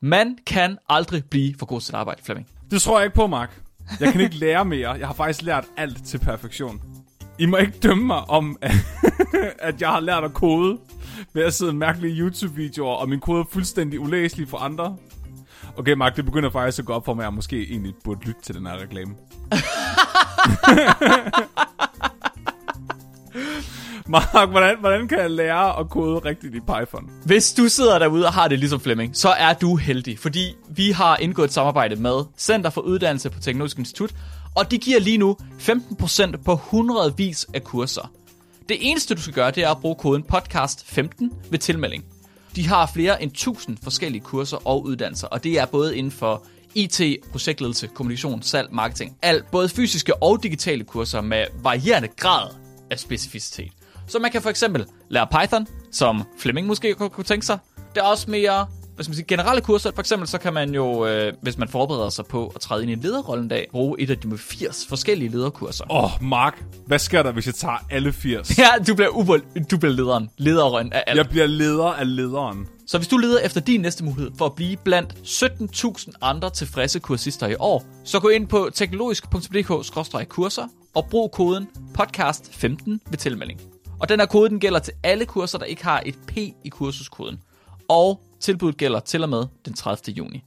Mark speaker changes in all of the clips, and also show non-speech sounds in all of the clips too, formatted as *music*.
Speaker 1: Man kan aldrig blive for god til sit arbejde, Flemming.
Speaker 2: Det tror jeg ikke på, Mark. Jeg kan ikke lære mere. Jeg har faktisk lært alt til perfektion. I må ikke dømme mig om, *laughs* at jeg har lært at kode ved at sidde i mærkelige YouTube-videoer, og min kode er fuldstændig ulæselig for andre. Okay, Mark, det begynder faktisk at gå op for mig, at jeg måske egentlig burde lytte til den her reklame. *laughs* Mark, hvordan, hvordan kan jeg lære at kode rigtigt i Python?
Speaker 1: Hvis du sidder derude og har det ligesom Flemming, så er du heldig, fordi vi har indgået et samarbejde med Center for Uddannelse på Teknologisk Institut, og de giver lige nu 15% på hundredvis af kurser. Det eneste, du skal gøre, det er at bruge koden podcast15 ved tilmelding. De har flere end 1000 forskellige kurser og uddannelser, og det er både inden for IT, projektledelse, kommunikation, salg, marketing. Alt, både fysiske og digitale kurser med varierende grad af specificitet. Så man kan for eksempel lære Python, som Flemming måske kunne kunne tænke sig. Der er også mere hvad skal man sige, generelle kurser. For eksempel så kan man jo, øh, hvis man forbereder sig på at træde ind i en lederrolle en dag, bruge et af de 80 forskellige lederkurser.
Speaker 2: Åh, oh, Mark, hvad sker der, hvis jeg tager alle 80?
Speaker 1: Ja, du bliver, uber, du bliver lederen. Lederen af alt.
Speaker 2: Jeg bliver leder af lederen.
Speaker 1: Så hvis du leder efter din næste mulighed for at blive blandt 17.000 andre tilfredse kursister i år, så gå ind på teknologisk.dk-kurser og brug koden podcast15 ved tilmelding. Og den her kode den gælder til alle kurser, der ikke har et P i kursuskoden. Og tilbuddet gælder til og med den 30. juni.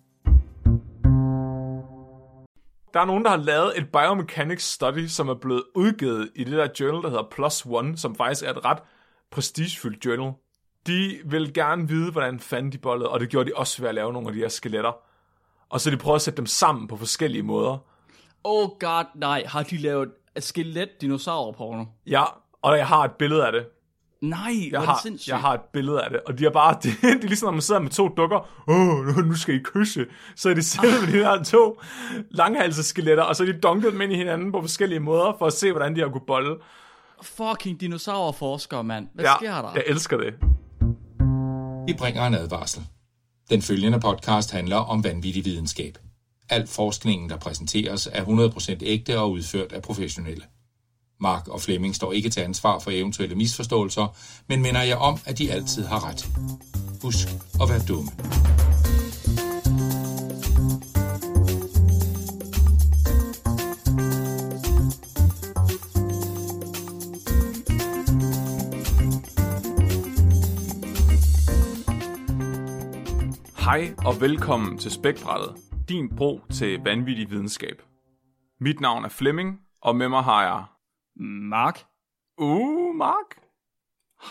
Speaker 2: Der er nogen, der har lavet et biomechanics study, som er blevet udgivet i det der journal, der hedder Plus One, som faktisk er et ret prestigefyldt journal. De vil gerne vide, hvordan fanden de bollede, og det gjorde de også ved at lave nogle af de her skeletter. Og så de prøvede at sætte dem sammen på forskellige måder.
Speaker 1: Oh god, nej. Har de lavet skelet dinosaurer porno?
Speaker 2: Ja, og jeg har et billede af det.
Speaker 1: Nej, jeg
Speaker 2: Jeg har, jeg har et billede af det, og de er bare, *laughs* det, det er ligesom, når man sidder med to dukker, åh, nu- nu skal I kysse, så er de siddet med de der to langhalseskeletter, og så er de dunket dem ind i hinanden på forskellige måder, for at se, hvordan de har kunne bolle.
Speaker 1: Fucking dinosaurforskere, mand. Hvad sker der?
Speaker 2: jeg elsker det.
Speaker 3: Vi bringer en advarsel. Den følgende podcast handler om vanvittig videnskab. Al forskningen, der præsenteres, er 100% ægte og udført af professionelle. Mark og Flemming står ikke til ansvar for eventuelle misforståelser, men minder jeg om, at de altid har ret. Husk at være dumme.
Speaker 2: Hej og velkommen til Spækbrættet, din bro til vanvittig videnskab. Mit navn er Flemming, og med mig har jeg...
Speaker 1: Mark?
Speaker 2: Uh, Mark.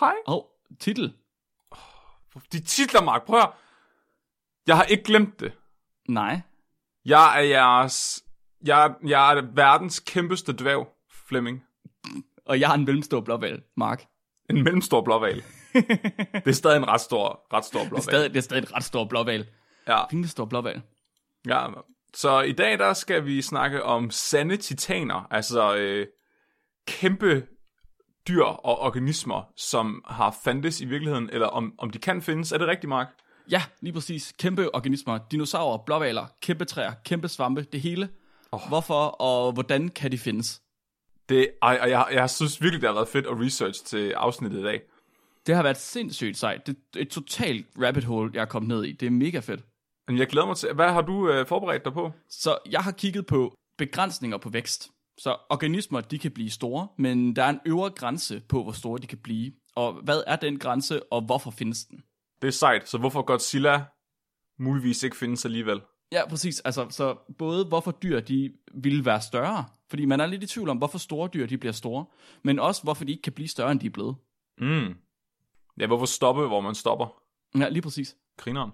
Speaker 2: Hej.
Speaker 1: Åh, oh, titel?
Speaker 2: De titler, Mark. Prøv at høre. Jeg har ikke glemt det.
Speaker 1: Nej.
Speaker 2: Jeg er jeres... Jeg, er- jeg er verdens kæmpeste dværg, Flemming.
Speaker 1: Og jeg har en mellemstor blåval, Mark.
Speaker 2: En mellemstor
Speaker 1: *laughs*
Speaker 2: blåval. det er stadig en ret stor, ret stor blåval.
Speaker 1: Det er stadig, det er stadig en ret stor blåval.
Speaker 2: Ja.
Speaker 1: Pinlig stor blåval.
Speaker 2: ja. Så i dag, der skal vi snakke om sande titaner. Altså øh, kæmpe dyr og organismer, som har fandtes i virkeligheden, eller om, om de kan findes. Er det rigtigt, Mark?
Speaker 1: Ja, lige præcis. Kæmpe organismer, dinosaurer, blåvaler, kæmpe træer, kæmpe svampe, det hele. Oh. Hvorfor og hvordan kan de findes?
Speaker 2: Det, ej, og jeg, jeg synes virkelig, det har været fedt at research til afsnittet i dag.
Speaker 1: Det har været sindssygt sejt. Det er et totalt rabbit hole, jeg er kommet ned i. Det er mega fedt.
Speaker 2: Men jeg glæder mig til... Hvad har du øh, forberedt dig på?
Speaker 1: Så jeg har kigget på begrænsninger på vækst. Så organismer, de kan blive store, men der er en øvre grænse på, hvor store de kan blive. Og hvad er den grænse, og hvorfor findes den?
Speaker 2: Det er sejt, så hvorfor Godzilla muligvis ikke findes alligevel?
Speaker 1: Ja, præcis. Altså, så både hvorfor dyr de ville være større, fordi man er lidt i tvivl om, hvorfor store dyr de bliver store, men også hvorfor de ikke kan blive større, end de er blevet.
Speaker 2: Mm. Ja, hvorfor stoppe, hvor man stopper?
Speaker 1: Ja, lige præcis.
Speaker 2: Grineren.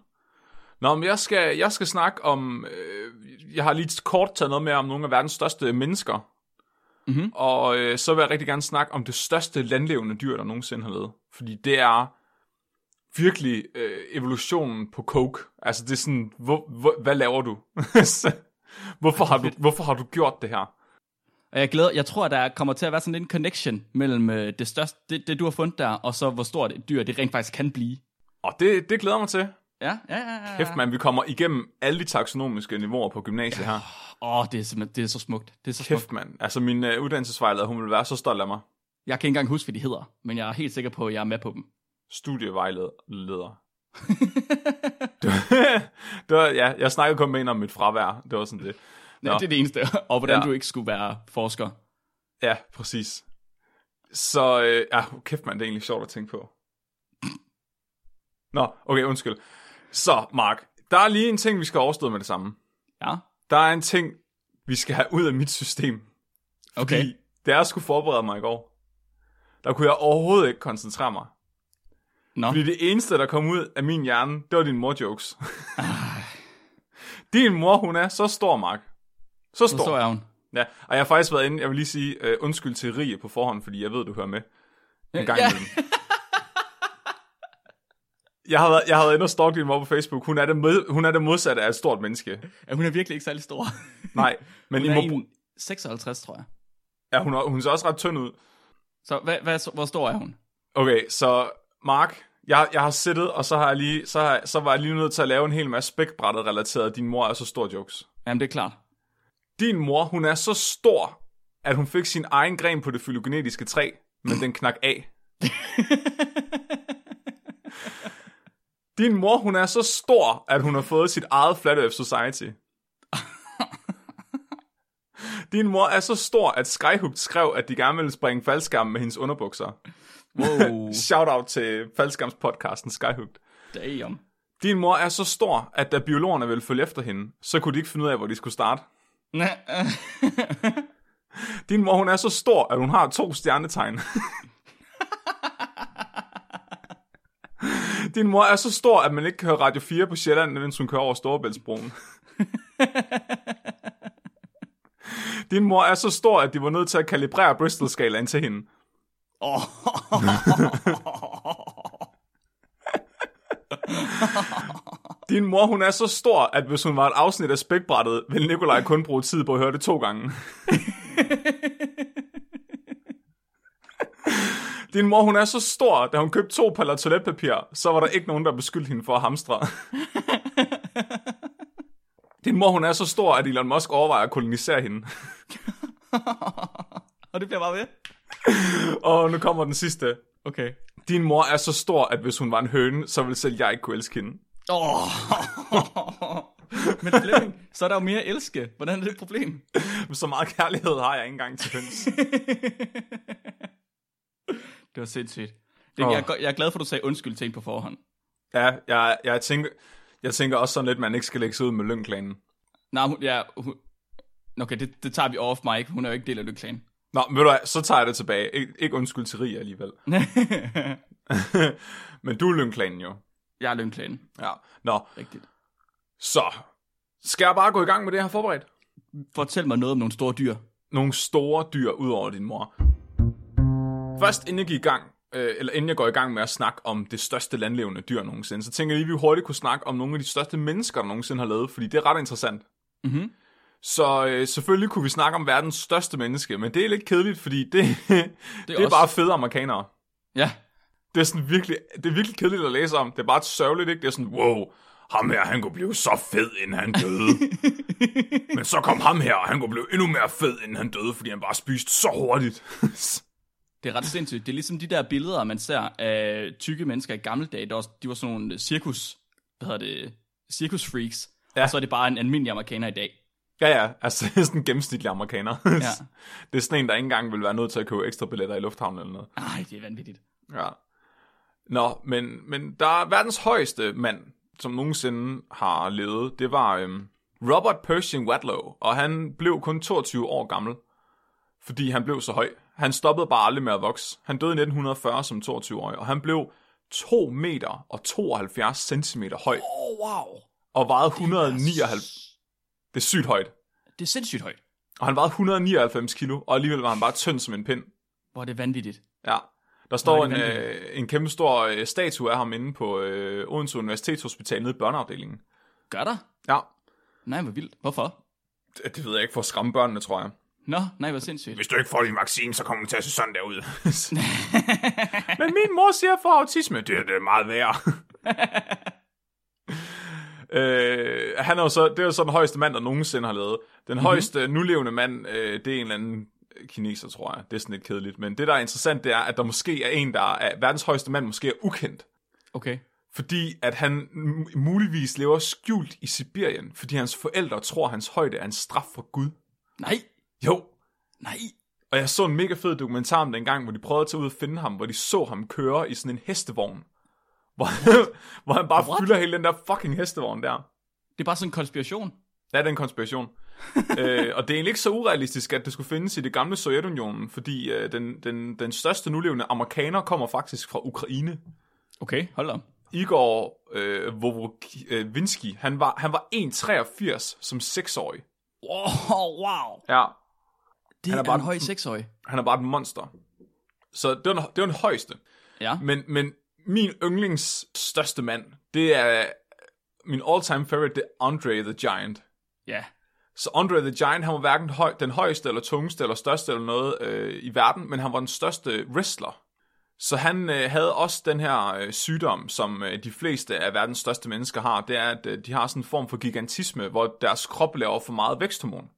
Speaker 2: Nå, men jeg skal, jeg skal snakke om... Øh, jeg har lige kort taget noget med om nogle af verdens største mennesker.
Speaker 1: Mhm.
Speaker 2: Og øh, så vil jeg rigtig gerne snakke om det største landlevende dyr, der nogensinde har levet. Fordi det er virkelig øh, evolutionen på coke. Altså det er sådan, hvor, hvor, hvad laver du? *laughs* Så, hvorfor, har
Speaker 1: *laughs*
Speaker 2: du hvorfor har du gjort det her?
Speaker 1: Og jeg, glæder, jeg tror, at der kommer til at være sådan en connection mellem øh, det, største, det, det, du har fundet der, og så hvor stort et dyr det rent faktisk kan blive.
Speaker 2: Og det, det glæder jeg mig til.
Speaker 1: Ja, ja, ja. ja.
Speaker 2: Kæft, man, vi kommer igennem alle de taxonomiske niveauer på gymnasiet her.
Speaker 1: Åh, oh, det er simpelthen det er så smukt. Det er så smukt.
Speaker 2: Kæft, mand. Altså, min øh, uddannelsesvejleder, hun vil være så stolt af mig.
Speaker 1: Jeg kan ikke engang huske, hvad de
Speaker 2: *laughs*
Speaker 1: hedder, men jeg er helt sikker på, at jeg er med på dem.
Speaker 2: Studievejleder. det var, ja, jeg snakkede kun med en om mit fravær. Det var sådan det.
Speaker 1: *laughs* Ja,
Speaker 2: Nå.
Speaker 1: det er det eneste. Og hvordan
Speaker 2: Ja.
Speaker 1: du ikke skulle være forsker.
Speaker 2: Ja, præcis. Så, øh, ja, kæft man, det er egentlig sjovt at tænke på. Nå, okay, undskyld. Så, Mark, der er lige en ting, vi skal overstå med det samme.
Speaker 1: Ja,
Speaker 2: Der er en ting, vi skal have ud af mit system.
Speaker 1: okay.
Speaker 2: Fordi da jeg skulle forberede mig i går, der kunne jeg overhovedet ikke koncentrere mig.
Speaker 1: Nå.
Speaker 2: Fordi det eneste, der kom ud af min hjerne, det var dine mor-jokes. *laughs* Din mor, hun er så stor, Mark. Så
Speaker 1: Så
Speaker 2: stor.
Speaker 1: står jeg hun.
Speaker 2: Ja, og jeg har faktisk været inde, jeg vil lige sige øh, undskyld til Rie på forhånd, fordi jeg ved, du hører med en gang
Speaker 1: Ja.
Speaker 2: ja. imellem. Jeg har, været, jeg har været inde og stalke din mor på Facebook. Hun er, det med, hun er det modsatte af et stort menneske.
Speaker 1: Ja, hun er virkelig ikke særlig stor.
Speaker 2: Nej, men
Speaker 1: Hun
Speaker 2: I må,
Speaker 1: er en 56, tror jeg.
Speaker 2: ja, hun, er- hun ser også ret tynd ud.
Speaker 1: Så hvad, hvad, hvor stor er hun?
Speaker 2: Okay, så Mark, jeg, jeg har siddet, og så, har jeg lige, så, har, så var jeg lige nødt til at lave en hel masse spækbrættet relateret. Din mor er så stor jokes.
Speaker 1: Jamen, det er
Speaker 2: *laughs*
Speaker 1: klart.
Speaker 2: Din mor, hun er så stor, at hun fik sin egen gren på det fylogenetiske træ, men den knak af. Din mor, hun er så stor, at hun har fået sit eget Flat Earth Society. Din mor er så stor, at Skyhook skrev, at de gerne ville springe faldskærm med hendes underbukser.
Speaker 1: Wow,
Speaker 2: Shout out til faldskærmspodcasten Skyhook.
Speaker 1: damn. *laughs*
Speaker 2: Din mor er så stor, at da biologerne ville følge efter hende, så kunne de ikke finde ud af, hvor de skulle starte.
Speaker 1: Næ, øh.
Speaker 2: Din mor, hun er så stor, at hun har to stjernetegn. Din mor er så stor, at man ikke kan høre Radio 4 på Sjælland, mens hun kører over Storebæltsbroen. Din mor er så stor, at de var nødt til at kalibrere Bristol-skalaen til hende. *laughs*
Speaker 1: Åh.
Speaker 2: Din mor, hun er så stor, at hvis hun var et afsnit af spækbrættet, ville Nikolaj kun bruge tid på at høre det to gange. Din mor, hun er så stor, da hun købte to paller toiletpapir, så var der ikke nogen, der beskyldte hende for at hamstre. Din mor, hun er så stor, at Elon Musk overvejer at kolonisere hende. *laughs*
Speaker 1: Og det bliver bare ved.
Speaker 2: Og nu kommer den sidste.
Speaker 1: Okay.
Speaker 2: Din mor er så stor, at hvis hun var en høne, så ville selv jeg ikke kunne elske hende.
Speaker 1: Åh. *laughs* Men Flemming, så er der jo mere elske. Hvordan er det et problem? *laughs*
Speaker 2: Så meget kærlighed har jeg ikke engang til høns.
Speaker 1: Det var sindssygt. Det, jeg,
Speaker 2: Åh.
Speaker 1: er, go- jeg er glad for, at du sagde undskyld til en på forhånd.
Speaker 2: Ja, jeg, jeg, tænker, jeg tænker også sådan lidt, at man ikke skal lægge sig ud med lønklanen.
Speaker 1: Nej, hun, ja, hun, Okay, det, det tager vi off mic. Hun er jo ikke del af Lykklan.
Speaker 2: Nå, ved du hvad, så tager jeg det tilbage. Ik- ikke undskyld til Rie alligevel. *laughs*
Speaker 1: *laughs*
Speaker 2: Men du er lønklanen jo.
Speaker 1: jeg er Lykklan.
Speaker 2: Ja. Nå,
Speaker 1: Rigtigt.
Speaker 2: så skal jeg bare gå i gang med det, jeg har forberedt.
Speaker 1: Fortæl mig noget om nogle store dyr.
Speaker 2: Nogle store dyr ud over din mor. Først inden jeg, gik i gang, øh, eller inden jeg går i gang med at snakke om det største landlevende dyr nogensinde, så tænker jeg lige, at vi hurtigt kunne snakke om nogle af de største mennesker, der nogensinde har levet, fordi det er ret interessant. Mm-hmm.
Speaker 1: Mhm.
Speaker 2: Så øh, selvfølgelig kunne vi snakke om verdens største menneske, men det er lidt kedeligt, fordi *laughs* det, det, det er
Speaker 1: også-
Speaker 2: bare fede amerikanere.
Speaker 1: Ja. *laughs*
Speaker 2: Det er sådan virkelig, det er virkelig kedeligt at læse om. Det er bare sørgeligt, ikke? Det er sådan, wow, ham her, han kunne blive så fed, inden han *laughs* døde. Men så kom ham her, og han kunne blive endnu mere fed, inden han døde, fordi han bare spiste så hurtigt.
Speaker 1: Det er ret sindssygt. Det er ligesom de der billeder, man ser af tykke mennesker i gamle dage. Der var, de var sådan nogle øh, cirkus, hvad hedder det, cirkusfreaks. Ja.
Speaker 2: Ja.
Speaker 1: Og så er det bare en almindelig amerikaner i dag.
Speaker 2: *laughs* ja, ja, altså det er sådan en gennemsnitlig amerikaner.
Speaker 1: Ja.
Speaker 2: *laughs* Det er sådan en, der ikke engang vil være nødt til at købe ekstra billetter i lufthavnen eller noget.
Speaker 1: Ej, det er vanvittigt.
Speaker 2: Ja. Nå, men, men der er verdens højeste mand, som nogensinde har levet. Det var øhm, Robert Pershing Wadlow, og han blev kun 22 år gammel, fordi han blev så høj. Han stoppede bare aldrig med at vokse. Han døde i 1940 som 22-årig, og han blev 2 meter og 72 centimeter høj,
Speaker 1: Åh, oh, wow.
Speaker 2: og vejede 199... Det er sygt højt.
Speaker 1: Det er sindssygt højt.
Speaker 2: Og han vejede 199 kilo, og alligevel var han bare tynd som en pind.
Speaker 1: Hvor er det vanvittigt.
Speaker 2: Ja. Der står
Speaker 1: det
Speaker 2: en, øh, en kæmpe stor øh, statue af ham inde på øh, Odense Universitetshospital nede i børneafdelingen.
Speaker 1: Gør der?
Speaker 2: Ja,
Speaker 1: Nej, hvor vildt. Hvorfor?
Speaker 2: det, det ved jeg ikke for at skræmme børnene, tror jeg.
Speaker 1: Nå, nej, hvor sindssygt.
Speaker 2: Hvis du ikke får din vaccine, så kommer du til at se sådan *laughs* der ud. Men min mor siger for autisme, det, er- det er meget værre. *laughs* øh, han er jo så, det er jo så den højeste mand, der nogensinde har lavet. Den mm-hmm. højeste nulevende mand, øh, det er en eller anden kineser, tror jeg. Det er sådan lidt kedeligt. Men det, der er interessant, det er, at der måske er en, der er verdens højeste mand, måske er ukendt.
Speaker 1: Okay.
Speaker 2: fordi at han m- muligvis lever skjult i Sibirien, fordi hans forældre tror, at hans højde er en straf fra Gud.
Speaker 1: Nej,
Speaker 2: Jo,
Speaker 1: nej.
Speaker 2: og jeg så en mega fed dokumentar om dengang, hvor de prøvede at tage ud og finde ham, hvor de så ham køre i sådan en hestevogn. *laughs* Hvor, hvor han bare What? fylder hele den der fucking hestevogn der.
Speaker 1: Det er bare sådan en konspiration.
Speaker 2: Ja, det er en konspiration. øh, og det er egentlig ikke så urealistisk, at det skulle findes i det gamle Sovjetunionen, fordi øh, den, den, den største nulevende amerikaner kommer faktisk fra Ukraine.
Speaker 1: Okay, hold da op.
Speaker 2: Igor øh, Vovrovinski, han var, han var 1,83 som 6-årig.
Speaker 1: Wow, wow.
Speaker 2: Ja,
Speaker 1: Det
Speaker 2: er
Speaker 1: er,
Speaker 2: bare-
Speaker 1: en høj seksårig.
Speaker 2: han er bare et monster. Så det var, den- det var den højeste.
Speaker 1: Ja.
Speaker 2: Men, men min yndlings største mand, det er min all-time favorite, det er Andre the Giant.
Speaker 1: Ja.
Speaker 2: Så Andre the Giant, han var hverken høj, den højeste, eller tungeste, eller største, eller noget øh, i verden, men han var den største wrestler. Så han øh, havde også den her øh, sygdom, som øh, de fleste af verdens største mennesker har, det er, at øh, de har sådan en form for gigantisme, hvor deres krop laver for meget væksthormon.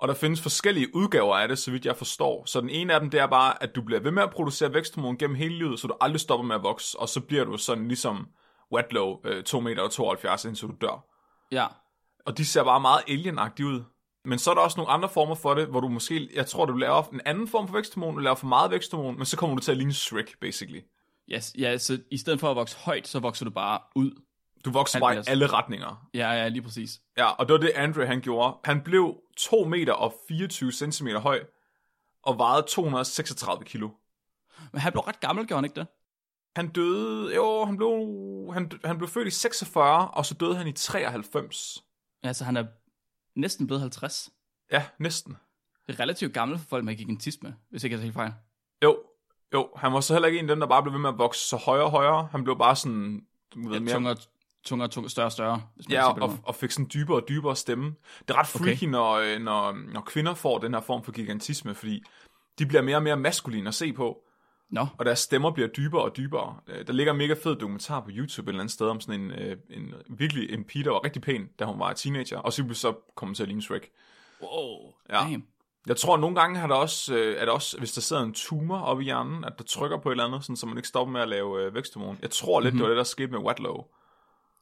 Speaker 2: Og der findes forskellige udgaver af det, så vidt jeg forstår. Så den ene af dem, det er bare, at du bliver ved med at producere væksthormon gennem hele livet, så du aldrig stopper med at vokse, og så bliver du sådan ligesom Wadlow, øh, 2 meter og 72, indtil du dør.
Speaker 1: Ja.
Speaker 2: Og de ser bare meget alienagtige ud. Men så er der også nogle andre former for det, hvor du måske, jeg tror, du laver en anden form for væksthormon, du laver for meget væksthormon, men så kommer du til at ligne Shrek, basically.
Speaker 1: Yes, ja, så i stedet for at vokse højt, så vokser du bare ud.
Speaker 2: Du vokser
Speaker 1: Alt
Speaker 2: bare i
Speaker 1: bliver sådan.
Speaker 2: alle retninger.
Speaker 1: Ja, ja, lige præcis.
Speaker 2: Ja, og det var det, Andre han gjorde. Han blev 2 meter og 24 centimeter høj, og vejede 236 kilo.
Speaker 1: Men han blev ret gammel, gjorde han ikke det?
Speaker 2: Han døde, jo, han blev, han, han blev født i 46, og så døde han i 93.
Speaker 1: Altså, han er næsten blevet 50.
Speaker 2: Ja, næsten.
Speaker 1: Det er relativt gammel for folk med gigantisme, hvis ikke jeg tager helt fejl.
Speaker 2: Jo, jo, han var så heller ikke en af dem, der bare blev ved med at vokse så højere og højere. Han blev bare sådan, du ved,
Speaker 1: Ja,
Speaker 2: mere
Speaker 1: tungere, tungere, tungere, større og større. Hvis man kan sige
Speaker 2: Ja,
Speaker 1: det på den
Speaker 2: og,
Speaker 1: måde.
Speaker 2: og fik sådan dybere og dybere stemme. Det er ret freaky, okay. når, øh, når, når kvinder får den her form for gigantisme, fordi de bliver mere og mere maskuline at se på,
Speaker 1: Nå,
Speaker 2: og deres stemmer bliver dybere og dybere. Øh, Der ligger en mega fed dokumentar på YouTube et eller andet sted om sådan en, øh, en virkelig en pige, der var rigtig pæn, da hun var teenager, og så blev så kommet til at ligne Shrek.
Speaker 1: wow.
Speaker 2: Ja.
Speaker 1: Damn.
Speaker 2: Jeg tror, nogle gange har der også, øh, er der også, hvis der sidder en tumor oppe i hjernen, at der trykker på et eller andet, sådan, så man ikke stopper med at lave øh, væksthormon. Jeg tror
Speaker 1: Mhm.
Speaker 2: lidt, mm-hmm. det var det, der skete med Wadlow.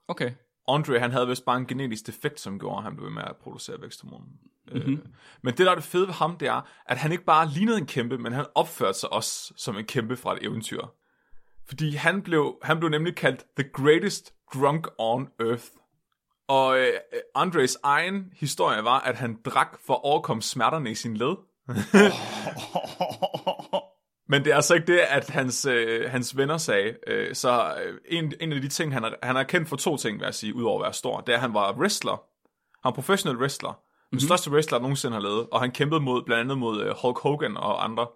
Speaker 1: Okay.
Speaker 2: Andre, han havde vist bare en genetisk defekt, som gjorde, at han blev ved med at producere væksthormonen. Mm-hmm. Øh, men det, der er det fede ved ham, det er, at han ikke bare lignede en kæmpe, men han opførte sig også som en kæmpe fra et eventyr. Fordi han blev, han blev nemlig kaldt The Greatest Drunk on Earth. Og øh, Andres egen historie var, at han drak for at overkomme smerterne i sin led. Men det er altså ikke det, at hans, øh, hans venner sagde. Øh, så øh, en, en af de ting, han er, han er kendt for to ting, vil jeg sige, udover at være stor, det er, at han var wrestler. Han var professionel wrestler. Den mm-hmm. største wrestler, der nogensinde har lavet. Og han kæmpede mod, blandt andet mod øh, Hulk Hogan og andre.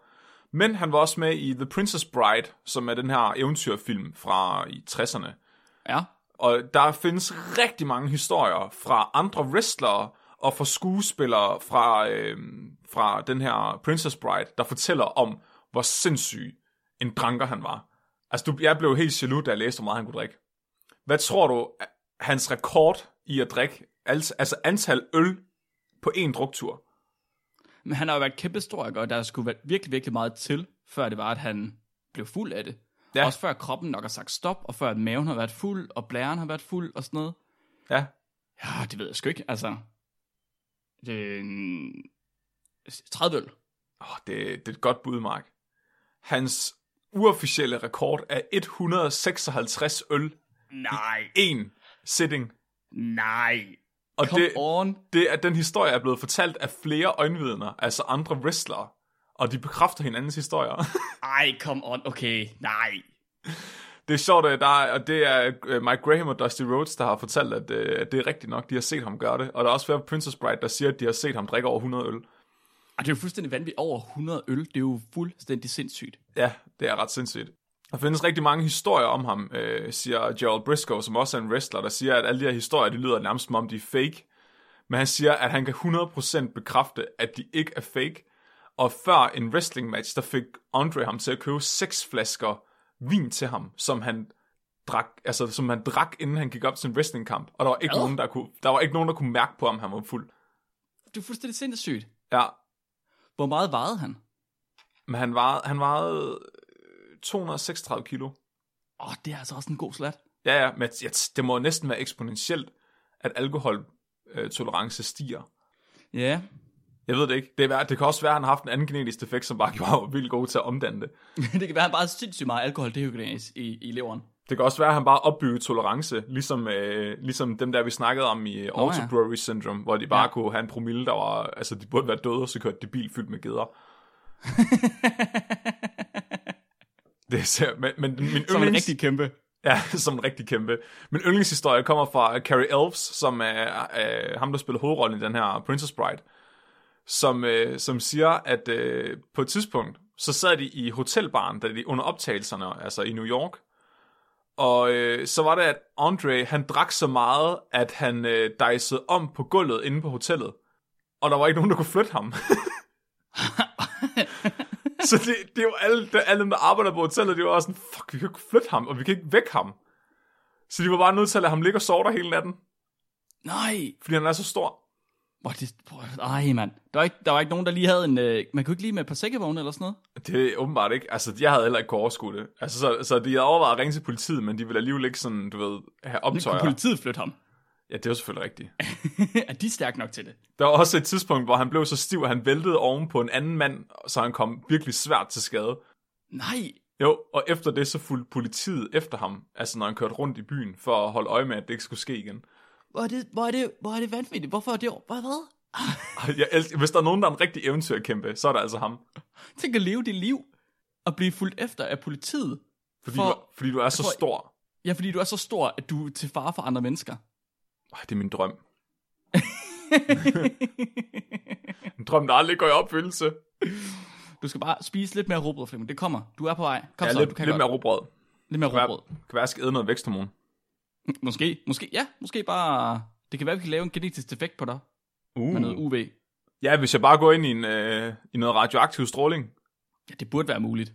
Speaker 2: Men han var også med i The Princess Bride, som er den her eventyrfilm fra i 60'erne.
Speaker 1: Ja.
Speaker 2: Og der findes rigtig mange historier fra andre wrestlere og fra skuespillere fra, øh, fra den her Princess Bride, der fortæller om, hvor sindssyg en dranker han var. Altså, du, jeg blev helt jaloux, da jeg læste, hvor meget han kunne drikke. Hvad tror du, at hans rekord i at drikke, altså, altså antal øl på en druktur?
Speaker 1: Men han har jo været kæmpe stor, ikke? og der skulle være virkelig, virkelig meget til, før det var, at han blev fuld af det.
Speaker 2: Ja.
Speaker 1: Ja. Også før kroppen nok har sagt stop, og før at maven har været fuld, og blæren har været fuld, og sådan noget.
Speaker 2: Ja,
Speaker 1: Ja, det ved jeg sgu ikke, altså. Det er en... 30 øl.
Speaker 2: oh, det, det er et godt bud, Mark. Hans uofficielle rekord er 156 øl
Speaker 1: Nej.
Speaker 2: en sitting.
Speaker 1: Nej.
Speaker 2: Og
Speaker 1: Come
Speaker 2: det,
Speaker 1: on.
Speaker 2: det, at den historie er blevet fortalt af flere øjenvidner, altså andre wrestlere, og de bekræfter hinandens historier. *laughs*
Speaker 1: Ej, come on. Okay, nej.
Speaker 2: det er sjovt, at der er, og det er øh, Mike Graham og Dusty Rhodes, der har fortalt, at, øh, at det er rigtigt nok, de har set ham gøre det. Og der er også flere på Princess Bride, der siger, at de har set ham drikke over 100 øl.
Speaker 1: Og det er jo fuldstændig vanvittigt. Over 100 øl, det er jo fuldstændig sindssygt.
Speaker 2: Ja, det er ret sindssygt. Der findes rigtig mange historier om ham, øh, siger Gerald Briscoe, som også er en wrestler, der siger, at alle de her historier, det lyder nærmest som om, de er fake. Men han siger, at han kan 100% bekræfte, at de ikke er fake. Og før en wrestling match, der fik Andre ham til at købe seks flasker vin til ham, som han drak, altså, som han drak inden han gik op til en wrestlingkamp. Og der var ikke,
Speaker 1: Hvad?
Speaker 2: nogen, der, kunne, der var ikke nogen, der kunne mærke på, om han var fuld.
Speaker 1: Det er fuldstændig sindssygt.
Speaker 2: Ja,
Speaker 1: Hvor meget vejede han?
Speaker 2: men han vejede, han vejede øh, 236 kilo.
Speaker 1: Åh, oh, det er altså også en god slat.
Speaker 2: Ja, ja, men jeg- det må næsten være eksponentielt, at alkoholtolerance stiger.
Speaker 1: Ja. *laughs*
Speaker 2: Jeg ved det ikke. Det, er, værd- det kan også være, at han har haft en anden genetisk defekt, som bare *laughs* gjorde ham vildt god til at omdanne det.
Speaker 1: det kan være, han bare har sindssygt meget alkohol dehydrogenase i, i *laughs* leveren.
Speaker 2: Det kan også være, at han bare opbyggede tolerance, ligesom, øh, ligesom dem der, vi snakkede om i Auto
Speaker 1: ja.
Speaker 2: Brewery Syndrome, hvor de bare ja. kunne have en promille, der var... Altså, de burde være døde, og så kørte de bil fyldt med geder. det er, ser- men, men min
Speaker 1: Som en
Speaker 2: yndlings-
Speaker 1: rigtig kæmpe.
Speaker 2: Ja, *laughs* som en rigtig kæmpe. Min yndlingshistorie kommer fra Carrie Elves, som er øh, ham, der spiller hovedrollen i den her Princess Bride, som, øh, som siger, at øh, på et tidspunkt, så sad de i hotelbaren, da de under optagelserne, altså i New York, og øh, så var det, at Andre, han drak så meget, at han øh, dejsede om på gulvet inde på hotellet, og der var ikke nogen, der kunne flytte ham. *laughs* Så det, det er jo alle, der, alle dem, der arbejder på hotellet, de var også sådan, fuck, vi kan jo ikke flytte ham, og vi kan ikke vække ham. Så de var bare nødt til at lade ham ligge og sove der hele natten,
Speaker 1: Nej.
Speaker 2: fordi han er så stor.
Speaker 1: Hvor det, hvor, ej, mand. Der var, ikke, der var ikke nogen, der lige havde en... Øh, man kunne ikke lige med et par sækkevogne eller sådan noget.
Speaker 2: Det er åbenbart ikke. Altså, jeg havde heller ikke kunne overskue det. Altså, så, så de havde overvejet at ringe til politiet, men de ville alligevel ikke sådan, du ved, have
Speaker 1: Nu kunne
Speaker 2: optøjer.
Speaker 1: politiet flytte ham. *laughs*
Speaker 2: Ja, det er jo selvfølgelig rigtigt.
Speaker 1: er de stærke nok til det?
Speaker 2: Der var også et tidspunkt, hvor han blev så stiv, at han væltede oven på en anden mand, så han kom virkelig svært til skade.
Speaker 1: Nej.
Speaker 2: Jo, og efter det, så fulgte politiet efter ham, altså når han kørte rundt i byen, for at holde øje med, at det ikke skulle ske igen.
Speaker 1: Hvor er det, hvor er det, hvor er det vanvittigt? Hvorfor er det... Hvor, hvad?
Speaker 2: Ej, Jeg elsker, hvis der er nogen, der er en rigtig eventyrkæmpe, så er det altså ham.
Speaker 1: Tænk at leve dit liv og blive fulgt efter af politiet.
Speaker 2: Fordi,
Speaker 1: For-
Speaker 2: for, du, fordi du er så
Speaker 1: for-
Speaker 2: stor.
Speaker 1: Ja, fordi du er så stor, at du er til fare for andre
Speaker 2: *laughs*
Speaker 1: mennesker.
Speaker 2: Ej, det er min drøm. En drøm, der aldrig går i opfyldelse.
Speaker 1: du skal bare spise lidt mere råbrød, Flemming. Det kommer. Du er på vej. Kom
Speaker 2: Ja,
Speaker 1: så,
Speaker 2: lidt,
Speaker 1: du kan
Speaker 2: lidt
Speaker 1: godt.
Speaker 2: mere råbrød.
Speaker 1: lidt mere råbrød.
Speaker 2: Kan være, jeg skal æde noget væksthormon.
Speaker 1: Måske, måske, ja, måske bare... Det kan være, vi kan lave en genetisk defekt på dig med noget
Speaker 2: Uh.
Speaker 1: UV.
Speaker 2: Ja, hvis jeg bare går ind i, en, øh, i noget radioaktiv stråling.
Speaker 1: Ja, det burde være muligt.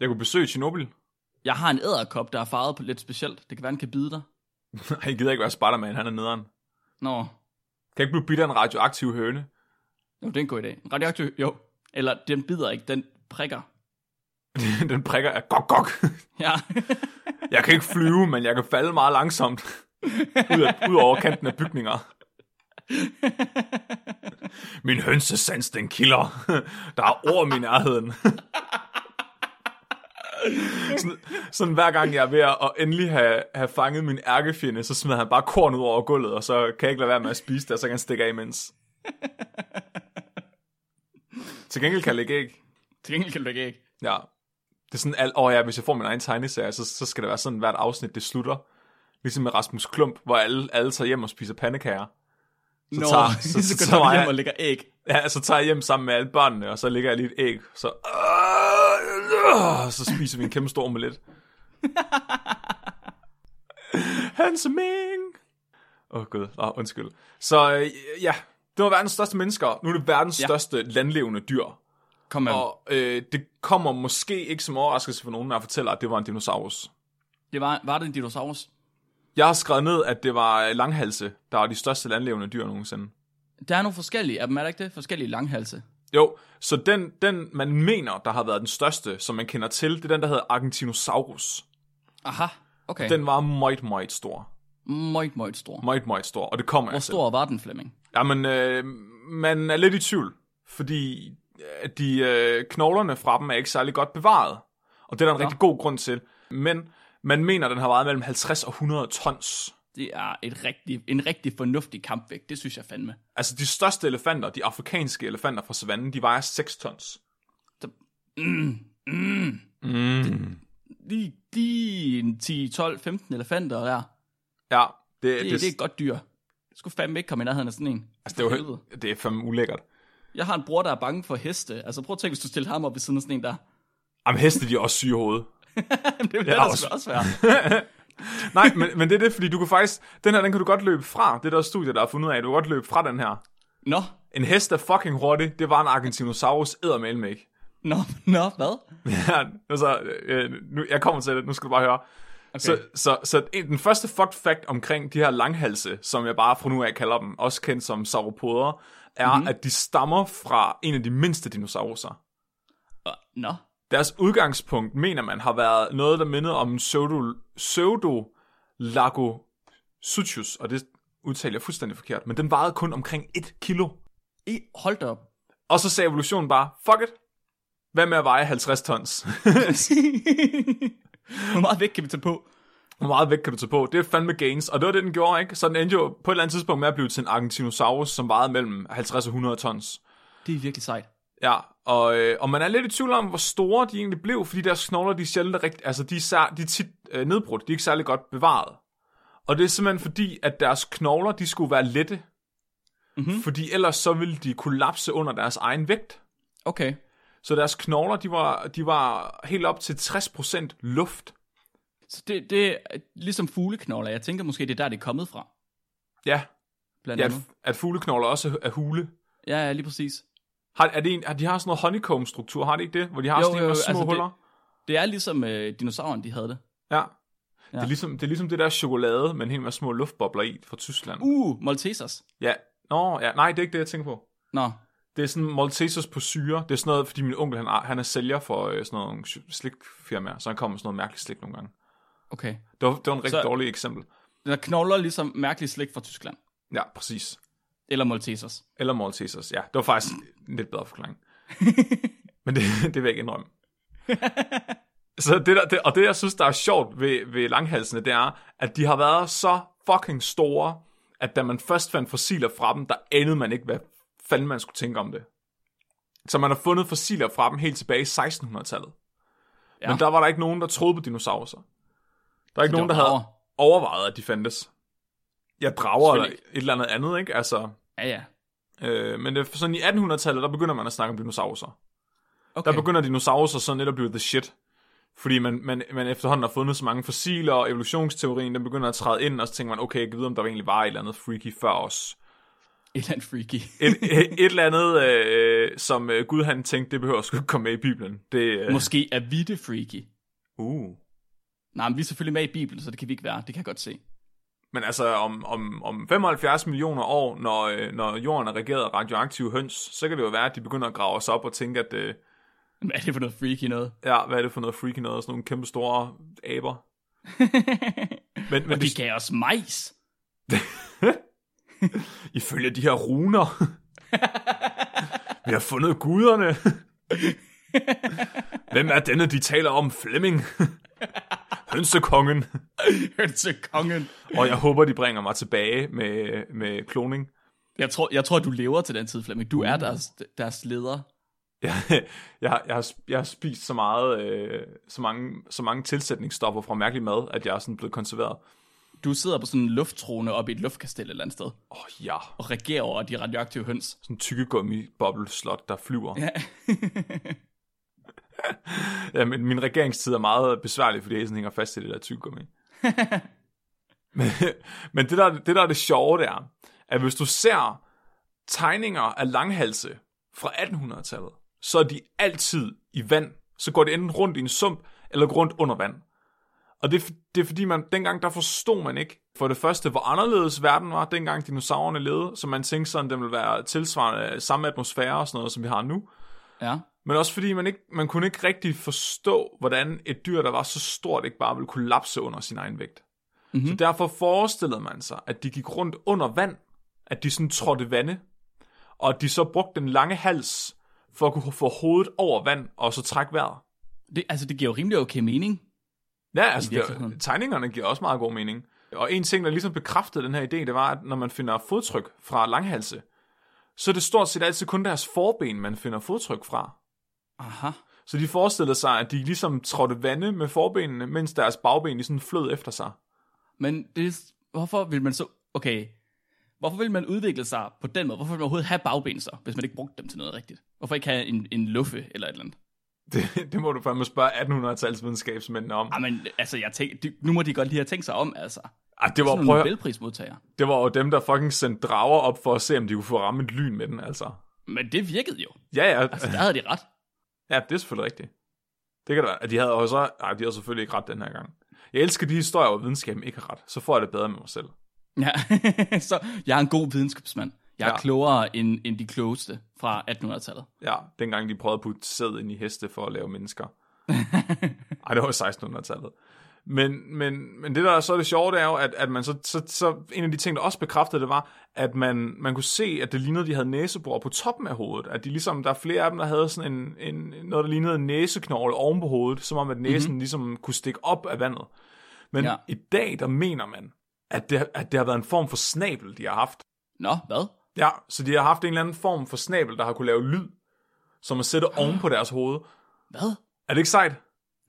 Speaker 2: Jeg kunne besøge Tjernobyl. *laughs*
Speaker 1: Jeg har en æderkop, der er farvet på lidt specielt. Det kan være, den kan bide dig.
Speaker 2: Nej, jeg gider ikke være Spider-Man, han er nederen.
Speaker 1: Nå,
Speaker 2: Kan jeg ikke blive bidt af en radioaktiv høne? *laughs*
Speaker 1: jo, det er en god idé. Radioaktiv, jo. Eller, den bider ikke, den prikker.
Speaker 2: Den prikker af gok, gok.
Speaker 1: Ja, *laughs*
Speaker 2: Jeg kan ikke flyve, men jeg kan falde meget langsomt. ud, af, ud over kanten af bygninger. Min hønsesans, den kilder. Der er orm i nærheden. sådan, sådan hver gang jeg er ved at endelig have, have fanget min ærkefjende, så smider han bare korn ud over gulvet, og så kan jeg ikke lade være med at spise det, og så kan han stikke af imens. Til gengæld kan jeg lægge æg.
Speaker 1: til gengæld kan du ikke æg.
Speaker 2: Ja. Det er sådan alt, åh ja, hvis jeg får min egen tegneserie, så, så skal det være sådan, hvert afsnit det slutter. Ligesom med Rasmus Klump, hvor alle, alle tager hjem og spiser pandekager.
Speaker 1: Nå,
Speaker 2: tager-
Speaker 1: *laughs* så,
Speaker 2: så-
Speaker 1: så,
Speaker 2: så
Speaker 1: så,
Speaker 2: tager
Speaker 1: går du hjem
Speaker 2: jeg-
Speaker 1: og lægger æg.
Speaker 2: Ja, så tager jeg hjem sammen med alle børnene, og så ligger jeg lige et æg, så... "Åh, øh, Så spiser vi en kæmpe stor omelet. Hans Ming! Åh oh, gud, oh, undskyld. Så øh, ja, det var verdens største mennesker. Nu er det verdens
Speaker 1: Ja.
Speaker 2: ja. største landlevende dyr.
Speaker 1: Kom med.
Speaker 2: Og øh, det kommer måske ikke som overraskelse for nogen, når jeg fortæller, at det var en dinosaurus.
Speaker 1: Det var, var det en dinosaurus?
Speaker 2: Jeg har skrevet ned, at det var langhalse, der var de største landlevende dyr nogensinde.
Speaker 1: Der er nogle forskellige af dem, er der ikke det? Forskellige langhalse.
Speaker 2: Jo, så den, den, man mener, der har været den største, som man kender til, det er den, der hedder Argentinosaurus.
Speaker 1: Aha, okay. Den...
Speaker 2: Den var meget, meget stor.
Speaker 1: Møjt, møjt stor.
Speaker 2: Meget, meget stor, og det kommer
Speaker 1: Hvor
Speaker 2: jeg til.
Speaker 1: stor var den, Flemming?
Speaker 2: Jamen, øh, man er lidt i tvivl, fordi øh, de øh, knoglerne fra dem er ikke særlig godt bevaret. Og det er der en ja. rigtig god grund til. Men man mener, den har vejet mellem 50 og 100 tons.
Speaker 1: Det er et rigtig, en rigtig fornuftig kampvægt, det synes jeg fandme.
Speaker 2: Altså, de største elefanter, de afrikanske elefanter fra savannen, de vejer 6 tons.
Speaker 1: Mm.
Speaker 2: Mm.
Speaker 1: Lige, lige en 10, 12, 15 elefanter der.
Speaker 2: Ja, det,
Speaker 1: Det, det, er et godt dyr. Jeg skulle fandme ikke komme i nærheden af sådan en.
Speaker 2: altså, det, er jo,
Speaker 1: Helvede.
Speaker 2: det er fandme ulækkert.
Speaker 1: Jeg har en bror, der er bange for heste. Altså prøv at tænke, hvis du stiller ham op ved siden af sådan en der. *laughs*
Speaker 2: Jamen, heste, de er også syge i hovedet.
Speaker 1: Jamen, det ville
Speaker 2: Ja,
Speaker 1: ja, også.
Speaker 2: også.
Speaker 1: også være.
Speaker 2: Nej, men, men det er det, fordi du kan faktisk... Den her, den kan du godt løbe fra. Det er der studie, der har fundet ud af. Du kan godt løbe fra den her.
Speaker 1: Nå,
Speaker 2: En hest er fucking hurtig. Det var en Argentinosaurus eddermame ikke. *laughs*
Speaker 1: nå, nå, hvad?
Speaker 2: Ja, altså, øh, nu, jeg kommer til det. Nu skal du bare høre. Okay. Så, så, så en- den første fucked fact omkring de her langhalse, som jeg bare fra nu af kalder dem, også kendt som sauropoder, er, mm-hmm. at de stammer fra en af de mindste dinosaurer.
Speaker 1: Åh, Nå,
Speaker 2: Deres udgangspunkt, mener man, har været noget, der mindede om en pseudo, pseudo Lago Sutius, og det udtaler jeg fuldstændig forkert, men den vejede kun omkring et kilo.
Speaker 1: I, hold da op.
Speaker 2: Og så sagde evolutionen bare, fuck it, hvad med at veje 50 tons? *laughs*
Speaker 1: Hvor meget vægt kan vi tage på?
Speaker 2: Hvor meget vægt kan du tage på? Det er fandme gains, og det var det, den gjorde, ikke? Så den endte jo på et eller andet tidspunkt med at blive til en Argentinosaurus, som vejede mellem 50 og 100 tons.
Speaker 1: Det er virkelig sejt.
Speaker 2: Ja, og, øh, og man er lidt i tvivl om, hvor store de egentlig blev, fordi deres knogler, de er sjældent rigt, altså de er, sær, de er tit øh, nedbrudt, de er ikke særlig godt bevaret. Og det er simpelthen fordi, at deres knogler, de skulle være lette,
Speaker 1: Mhm.
Speaker 2: mm-hmm. fordi ellers så ville de kollapse under deres egen vægt.
Speaker 1: Okay.
Speaker 2: Så deres knogler, de var, de var helt op til 60% luft.
Speaker 1: Så det, det er ligesom fugleknogler. Jeg tænker måske, det er der, det er kommet fra.
Speaker 2: Ja,
Speaker 1: Blandt
Speaker 2: ja
Speaker 1: ja.
Speaker 2: at,
Speaker 1: andet.
Speaker 2: at fugleknogler også er- er hule.
Speaker 1: Ja, ja, lige præcis.
Speaker 2: Har, er det en, har, de har sådan noget honeycomb-struktur, har de ikke det? Hvor de har
Speaker 1: Jo,
Speaker 2: sådan
Speaker 1: jo,
Speaker 2: nogle
Speaker 1: jo,
Speaker 2: små
Speaker 1: altså det-
Speaker 2: huller?
Speaker 1: Det er ligesom øh, dinosauren, de havde det.
Speaker 2: Ja. Det,
Speaker 1: Ja.
Speaker 2: er ligesom, det er ligesom det der chokolade med en hel masse små luftbobler i fra Tyskland.
Speaker 1: Uh, Maltesers.
Speaker 2: Ja. Nå, ja. Nej, det er ikke det, jeg tænker på.
Speaker 1: Nå,
Speaker 2: Det er sådan Maltesers på syre. Det er sådan noget, fordi min onkel, han er, han er sælger for øh, sådan nogle sh- slikfirmaer, så han kommer med sådan noget mærkeligt slik nogle gange.
Speaker 1: okay.
Speaker 2: Det var, det var en rigtig
Speaker 1: Så-
Speaker 2: dårlig eksempel.
Speaker 1: Der knogler ligesom mærkeligt slik fra Tyskland.
Speaker 2: Ja, præcis.
Speaker 1: Eller Maltesers.
Speaker 2: Eller Maltesers, ja. Det var faktisk en lidt bedre
Speaker 1: *laughs*
Speaker 2: forklaring. Men det, det vil jeg ikke indrømme. så det der, det, og det, jeg synes, der er sjovt ved, ved langhalsene, det er, at de har været så fucking store, at da man først fandt fossiler fra dem, der anede man ikke, hvad fanden man skulle tænke om det. Så man har fundet fossiler fra dem helt tilbage i 1600-tallet. Ja.
Speaker 1: Ja.
Speaker 2: Men der var der ikke nogen, der troede på dinosaurer. Der er ikke
Speaker 1: Så
Speaker 2: nogen,
Speaker 1: det
Speaker 2: der
Speaker 1: var
Speaker 2: havde
Speaker 1: drager.
Speaker 2: overvejet, at de fandtes. Ja, drager eller et
Speaker 1: Selvfølgelig
Speaker 2: eller andet andet, ikke? Altså,
Speaker 1: Ja, ja.
Speaker 2: Øh, men det, er sådan i 1800-tallet, der begynder man at snakke om dinosaurer.
Speaker 1: Okay.
Speaker 2: Der begynder dinosaurer sådan lidt at blive the shit. Fordi man, man, man efterhånden har fundet så mange fossiler, og evolutionsteorien den begynder at træde ind, og så tænker man, okay, jeg kan vide, om der egentlig var et eller andet freaky før os.
Speaker 1: Et eller andet freaky.
Speaker 2: Et,
Speaker 1: *laughs*
Speaker 2: et, et eller andet, øh, som øh, Gud han tænkte, det behøver sgu ikke komme med i Bibelen. Det, øh,
Speaker 1: Måske er vi det freaky.
Speaker 2: uh.
Speaker 1: Nej, men vi er selvfølgelig med i Bibelen, så det kan vi ikke være. Det kan jeg godt se.
Speaker 2: Men altså, om, om, om 75 millioner år, når, øh, når jorden er regeret af radioaktive høns, så kan det jo være, at de begynder at grave os op og tænke, at øh,
Speaker 1: Hvad er det for noget freaky *laughs* noget?
Speaker 2: ja, hvad er det for noget freaky noget, sådan nogle kæmpe store aber, Men,
Speaker 1: Men
Speaker 2: men
Speaker 1: og de
Speaker 2: det,
Speaker 1: gav os majs.
Speaker 2: *laughs* ifølge de her
Speaker 1: *laughs*
Speaker 2: runer, vi har fundet guderne. Hvem er denne, de taler om?
Speaker 1: *laughs*
Speaker 2: Flemming. Hønsekongen.
Speaker 1: Hørte til kongen.
Speaker 2: Og jeg håber, de bringer mig tilbage med, med kloning.
Speaker 1: Jeg tror, jeg tror, du lever til den tid, Flemming. Du er deres, deres leder.
Speaker 2: Jeg, jeg, jeg, har, jeg har spist så meget, øh, så, mange, så mange tilsætningsstoffer fra mærkelig mad, at jeg er sådan blevet konserveret.
Speaker 1: Du sidder på sådan en lufttrone oppe i et luftkastel et eller andet sted,
Speaker 2: Åh oh, ja,
Speaker 1: og regerer over de radioaktive høns.
Speaker 2: sådan en tykkegummi-bobleslot, der flyver.
Speaker 1: Ja.
Speaker 2: *laughs* Ja, men Øhm, min regeringstid er meget besværlig, fordi jeg sådan hænger fast i det der tyggegummi. men, men det, der, det, der er det sjove, det er, at hvis du ser tegninger af langhalse fra 1800-tallet, så er de altid i vand. Så går det enten rundt i en sump, eller går rundt under vand. Og det, er f- det er fordi, man, dengang der forstod man ikke, for det første, hvor anderledes verden var, dengang dinosaurerne levede, så man tænkte sådan, at den ville være tilsvarende samme atmosfære og sådan noget, som vi har nu.
Speaker 1: *laughs* ja.
Speaker 2: Men også fordi man, ikke, man kunne ikke rigtig forstå, hvordan et dyr, der var så stort, ikke bare ville kollapse under sin egen vægt. Mm-hmm. Så derfor forestillede man sig, at de gik rundt under vand, at de sådan trådte vande, og at de så brugte den lange hals for at kunne få hovedet over vand og så trække vejret.
Speaker 1: Det, altså, det giver jo rimelig okay mening.
Speaker 2: Ja, altså det,
Speaker 1: virkeligheden.
Speaker 2: tegningerne giver også meget god mening. Og en ting, der ligesom bekræftede den her idé, det var, at når man finder fodtryk fra langhalse, så er det stort set altid kun deres forben, man finder fodtryk fra.
Speaker 1: Aha.
Speaker 2: Så de forestillede sig, at de ligesom trådte vande med forbenene, mens deres bagben ligesom flød efter sig. *laughs*
Speaker 1: Men det, er- hvorfor vil man så... Okay. Hvorfor vil man udvikle sig på den måde? Hvorfor vil man overhovedet have bagben så, hvis man ikke brugte dem til noget rigtigt? Hvorfor ikke have en, en luffe eller et eller andet?
Speaker 2: Det, det må du fandme spørge 1800-tals videnskabsmændene om.
Speaker 1: Ah, men altså, jeg tænk, de, nu må de godt lige have tænkt sig om, altså.
Speaker 2: Ej, Ah, det, var,
Speaker 1: Sådan
Speaker 2: prøv,
Speaker 1: nogle
Speaker 2: at høre,
Speaker 1: Nobelprismodtagere.
Speaker 2: det var jo dem, der fucking sendte drager op for at se, om de kunne få ramme et lyn med den, altså.
Speaker 1: Men det virkede jo.
Speaker 2: Ja, ja,
Speaker 1: Altså, der havde de ret.
Speaker 2: ja det er selvfølgelig rigtigt. Det kan det være. De havde, også, ej, de havde selvfølgelig ikke ret den her gang. Jeg elsker de historier, hvor videnskaben ikke har ret. Så får jeg det bedre med mig selv.
Speaker 1: Ja, *laughs* så jeg er en god videnskabsmand. Jeg er
Speaker 2: Ja.
Speaker 1: ja. klogere end, end de klogeste fra 1800-tallet.
Speaker 2: Ja, dengang de prøvede at putte sæd ind i heste for at lave mennesker. Ej, det var jo 1600-tallet. Men, men, men det, der er så det sjove, det er jo, at, at man så, så, så, en af de ting, der også bekræftede det, var, at man, man kunne se, at det lignede, de havde næsebor på toppen af hovedet. At de ligesom, der er flere af dem, der havde sådan en, en noget, der lignede en næseknogle oven på hovedet, som om, at næsen mm-hmm. ligesom kunne stikke op af vandet. Men
Speaker 1: Ja.
Speaker 2: ja. i dag, der mener man, at det, at det har været en form for snabel, de har haft.
Speaker 1: Nå, hvad?
Speaker 2: Ja, så de har haft en eller anden form for snabel, der har kunne lave lyd, som at sætte oven på deres hoved.
Speaker 1: Hvad?
Speaker 2: Er det ikke sejt?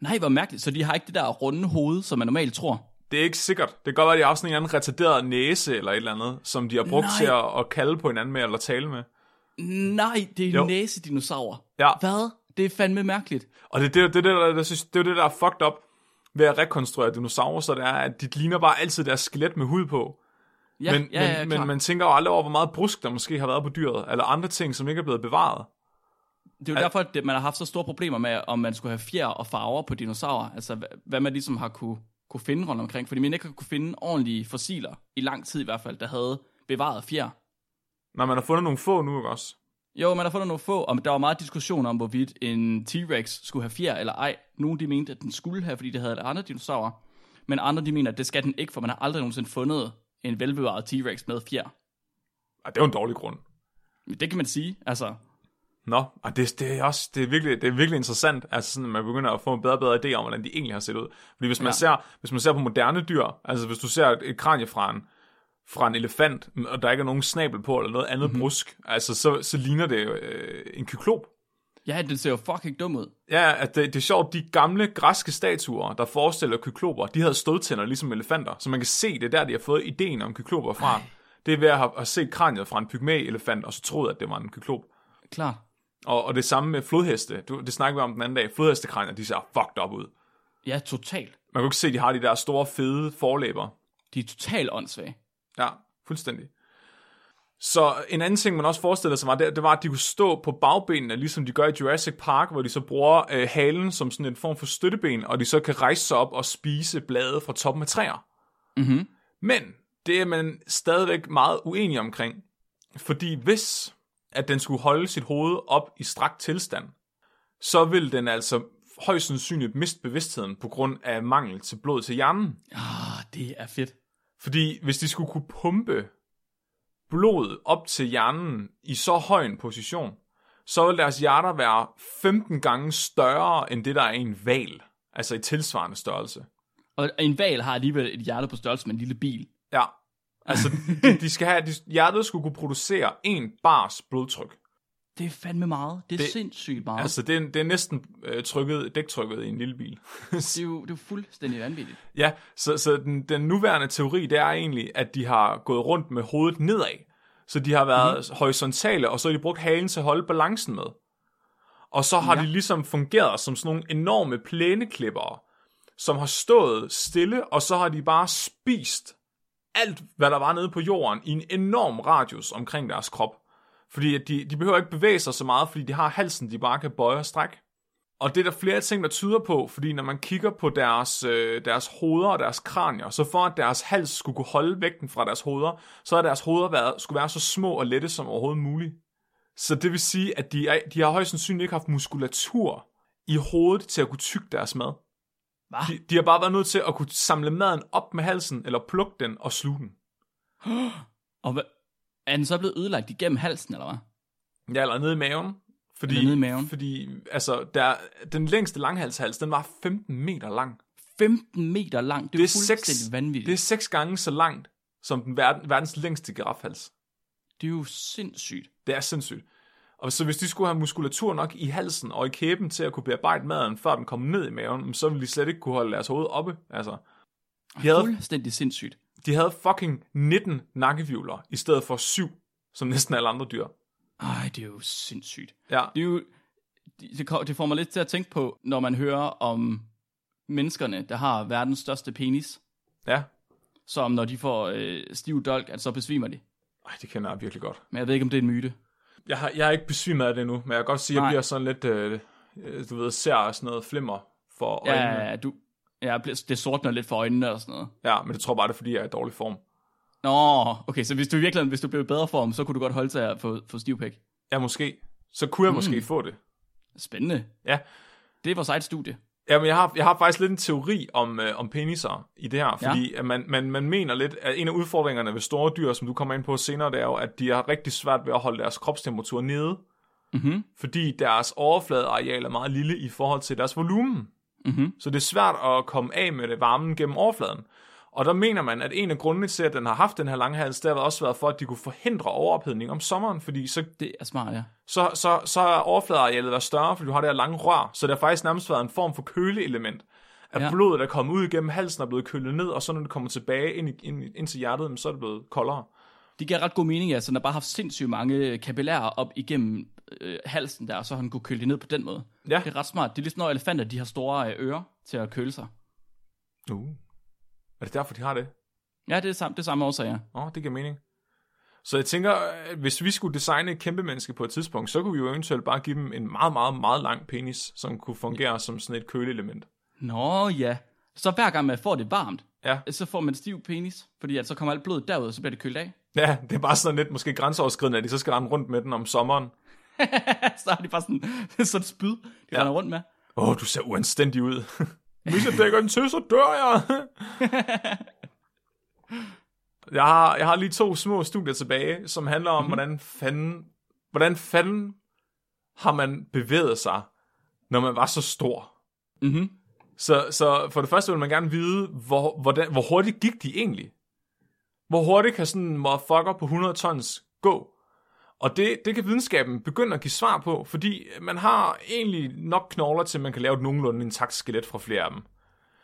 Speaker 1: Nej, hvor mærkeligt. Så de har ikke det der runde hoved, som man normalt tror.
Speaker 2: Det er ikke sikkert. Det kan godt være, at de har haft sådan en eller anden retarderet næse eller et eller andet, som de har brugt
Speaker 1: Nej.
Speaker 2: Nej. til at, at kalde på hinanden med eller tale med.
Speaker 1: Nej, det er
Speaker 2: Jo.
Speaker 1: næsedinosaurer.
Speaker 2: Ja.
Speaker 1: Hvad? Det er fandme mærkeligt.
Speaker 2: Og det, det, er jo det, det, der, jeg synes, det er jo det, der er fucked up ved at rekonstruere dinosaurer, så det er, at de ligner bare altid deres skelet med hud på.
Speaker 1: Ja,
Speaker 2: men,
Speaker 1: ja, ja,
Speaker 2: men, men
Speaker 1: klart.
Speaker 2: man tænker jo aldrig over, hvor meget brusk der måske har været på dyret, eller andre ting, som ikke er blevet bevaret.
Speaker 1: Det er jo derfor, at det- man har haft så store problemer med, om man skulle have fjer og farver på dinosaurer. Altså, hva- hvad man ligesom har kunne, kunne finde rundt omkring. Fordi man ikke har kunne finde ordentlige fossiler, i lang tid i hvert fald, der havde bevaret fjer.
Speaker 2: Når man har fundet nogle få nu, ikke også?
Speaker 1: Jo, man har fundet nogle få, og der var meget diskussion om, hvorvidt en T-Rex skulle have fjer eller ej. Nogle de mente, at den skulle have, fordi det havde andre dinosaurer. Men andre de mener, at det skal den ikke, for man har aldrig nogensinde fundet en velbevaret T-Rex med fjer.
Speaker 2: Ej, det er jo en dårlig grund.
Speaker 1: Men det kan man sige, altså.
Speaker 2: Nå, og det, det, er også, det, er virkelig, det er virkelig interessant, altså sådan, at man begynder at få en bedre og bedre idé om, hvordan de egentlig har set ud. Fordi hvis man,
Speaker 1: Ja.
Speaker 2: ja. ser, hvis man ser på moderne dyr, altså hvis du ser et, et kranje fra en, fra en elefant, og der ikke er nogen snabel på, eller noget andet mm-hmm. brusk, altså så, så ligner det jo, øh, en kyklop.
Speaker 1: Ja, den ser jo fucking dum ud.
Speaker 2: Ja, at det, det er sjovt, de gamle græske statuer, der forestiller kykloper, de havde stødtænder ligesom elefanter, så man kan se, det er der, de har fået ideen om kykloper fra. Det er ved at have, have set kraniet fra en pygmæ-elefant, og så troet, at det var en kyklop.
Speaker 1: Klart.
Speaker 2: Og, og det samme med flodheste. Du, det snakkede vi om den anden dag. Flodhestekranier, de ser fucked up ud.
Speaker 1: Ja, totalt.
Speaker 2: Man kan jo ikke se, at de har de der store, fede forlæber.
Speaker 1: De er totalt åndssvage.
Speaker 2: Ja, fuldstændig. Så en anden ting, man også forestillede sig var, det, det var, at de kunne stå på bagbenene, ligesom de gør i Jurassic Park, hvor de så bruger øh, halen som sådan en form for støtteben, og de så kan rejse sig op og spise blade fra toppen af træer.
Speaker 1: Mhm.
Speaker 2: Men det er man stadigvæk meget uenig omkring, fordi hvis at den skulle holde sit hoved op i strakt tilstand, så vil den altså højst sandsynligt miste bevidstheden på grund af mangel til blod til hjernen.
Speaker 1: Ah, det er fedt.
Speaker 2: Fordi hvis de skulle kunne pumpe blod op til hjernen i så høj en position, så vil deres hjerter være 15 gange større end det, der er i en val. Altså i tilsvarende størrelse.
Speaker 1: Og en val har alligevel et hjerte på størrelse med en lille bil.
Speaker 2: Ja. Altså, de, de skal have, de, hjertet skulle kunne producere en bars blodtryk.
Speaker 1: Det er fandme meget. Det er det,
Speaker 2: Det-
Speaker 1: sindssygt meget. Altså,
Speaker 2: Altså, det er, det er næsten øh, trykket, dæktrykket i en lille bil.
Speaker 1: det, er jo, det er jo fuldstændig vanvittigt.
Speaker 2: Ja, så, så den, den nuværende teori, det er egentlig, at de har gået rundt med hovedet nedad. Så de har været mm. horisontale, og så har de brugt halen til at holde balancen med. Og så har ja. de ligesom fungeret som sådan nogle enorme plæneklippere, som har stået stille, og så har de bare spist alt, hvad der var nede på jorden, i en enorm radius omkring deres krop. Fordi at de, de behøver ikke bevæge sig så meget, fordi de har halsen, de bare kan bøje og strække. Og det er der flere ting, der tyder på, fordi når man kigger på deres, øh, deres hoveder og deres kranier, så for at deres hals skulle kunne holde vægten fra deres hoveder, så har deres hoveder været, skulle være så små og lette som overhovedet muligt. Så det vil sige, at de, er, de har højst sandsynligt ikke haft muskulatur i hovedet til at kunne tygge deres mad.
Speaker 1: Hva?
Speaker 2: De, de har bare været nødt til at kunne samle maden op med halsen, eller plukke den og sluge den.
Speaker 1: Og hvad, er den så blevet ødelagt igennem halsen, eller hvad?
Speaker 2: Ja, eller nede i maven. Fordi,
Speaker 1: Eller nede i maven.
Speaker 2: Fordi altså, der, den længste langhalshals, den var 15 meter lang.
Speaker 1: 15 meter lang. Det er, det
Speaker 2: Det
Speaker 1: er
Speaker 2: er seks-
Speaker 1: fuldstændig vanvittigt.
Speaker 2: Det er
Speaker 1: Det...
Speaker 2: seks gange så langt som den verden, verdens længste girafhals.
Speaker 1: det er jo sindssygt.
Speaker 2: Det er sindssygt. Og så hvis de skulle have muskulatur nok i halsen og i kæben til at kunne bearbejde maden, før den kom ned i maven, så ville de slet ikke kunne holde deres hoved oppe. Altså, de, havde,
Speaker 1: Fuldstændig sindssygt.
Speaker 2: de havde fucking 19 nakkevivler, i stedet for 7, som næsten alle andre dyr.
Speaker 1: Ej, det er jo sindssygt.
Speaker 2: Ja,
Speaker 1: Det, er jo, det- det, kom- det får mig lidt til at tænke på, når man hører om menneskerne, der har verdens største penis,
Speaker 2: ja.
Speaker 1: som når de får øh, stiv dolk, at så besvimer de.
Speaker 2: Ej, det kender jeg virkelig godt.
Speaker 1: Men jeg ved ikke, om det er en myte.
Speaker 2: Jeg har, jeg er ikke besvimet af det endnu, men jeg kan godt sige, at
Speaker 1: Nej.
Speaker 2: jeg bliver sådan lidt, øh, øh, du ved, ser og sådan noget flimmer for
Speaker 1: Ja,
Speaker 2: øjnene.
Speaker 1: ja, ja, du, ja, det sortner lidt for øjnene og sådan noget.
Speaker 2: ja, men det tror jeg bare, det er, fordi jeg er i dårlig form.
Speaker 1: Nå, okay, så hvis du i virkeligheden, hvis du blev i bedre form, så kunne du godt holde til at få, få stiv pæk.
Speaker 2: Ja, måske. Så kunne jeg mm. måske få det.
Speaker 1: Spændende.
Speaker 2: Ja.
Speaker 1: Det er vores eget studie.
Speaker 2: Jamen, jeg har, jeg har faktisk lidt en teori om, øh, om peniser i det her, fordi ja. man, man, man mener lidt, at en af udfordringerne ved store dyr, som du kommer ind på senere, det er jo, at de har rigtig svært ved at holde deres kropstemperatur nede,
Speaker 1: Mhm.
Speaker 2: fordi deres overfladeareal er meget lille i forhold til deres volumen.
Speaker 1: Mhm.
Speaker 2: Så det er svært at komme af med det varmen gennem overfladen. Og der mener man, at en af grundene til, at den har haft den her langhals, det har også været for, at de kunne forhindre overophedning om sommeren, fordi så
Speaker 1: Det er smart, ja.
Speaker 2: så, så, så er overfladearealet været større, fordi du har det her lange rør, så det har faktisk nærmest været en form for køleelement. At
Speaker 1: Ja.
Speaker 2: ja. blodet er kommet ud igennem halsen og er blevet kølet ned, og så når det kommer tilbage ind, i- ind, ind til hjertet, jamen, så er det blevet koldere.
Speaker 1: Det giver ret god mening, ja. Så den har bare haft sindssygt mange øh, kapillærer op igennem øh, halsen der, og så har den kunne køle det ned på den måde.
Speaker 2: Ja.
Speaker 1: Det er ret smart. Det er ligesom når elefanter, de har store øh, ører til at køle sig.
Speaker 2: Uh. Er det derfor, de har det?
Speaker 1: Ja, det er samme, det er samme årsag, ja.
Speaker 2: Åh, oh, det giver mening. Så jeg tænker, at hvis vi skulle designe et kæmpe menneske på et tidspunkt, så kunne vi jo eventuelt bare give dem en meget, meget, meget lang penis, som kunne fungere som sådan et køleelement.
Speaker 1: Nå ja. Så hver gang man får det varmt,
Speaker 2: Ja.
Speaker 1: så får man en stiv penis, fordi at så kommer alt blodet derud, og så bliver det kølet af.
Speaker 2: ja, det er bare sådan lidt måske grænseoverskridende, at de så skal rende rundt med den om sommeren.
Speaker 1: *laughs* så er det bare sådan, sådan et spyd, de ja.
Speaker 2: Ja.
Speaker 1: render rundt med.
Speaker 2: Åh, oh, du ser uanstændig ud. *laughs* Hvis jeg dækker den til, så dør jeg. jeg, har, jeg har lige to små studier tilbage, som handler om, mm-hmm. hvordan fanden, hvordan fanden har man bevæget sig, når man var så stor.
Speaker 1: Mhm.
Speaker 2: Så, så for det første vil man gerne vide, hvor, hvordan, hvor hurtigt gik de egentlig? Hvor hurtigt kan sådan en motherfucker på 100 tons gå? Og det, det kan videnskaben begynde at give svar på, fordi man har egentlig nok knogler til, at man kan lave et nogenlunde intakt skelet fra flere af dem.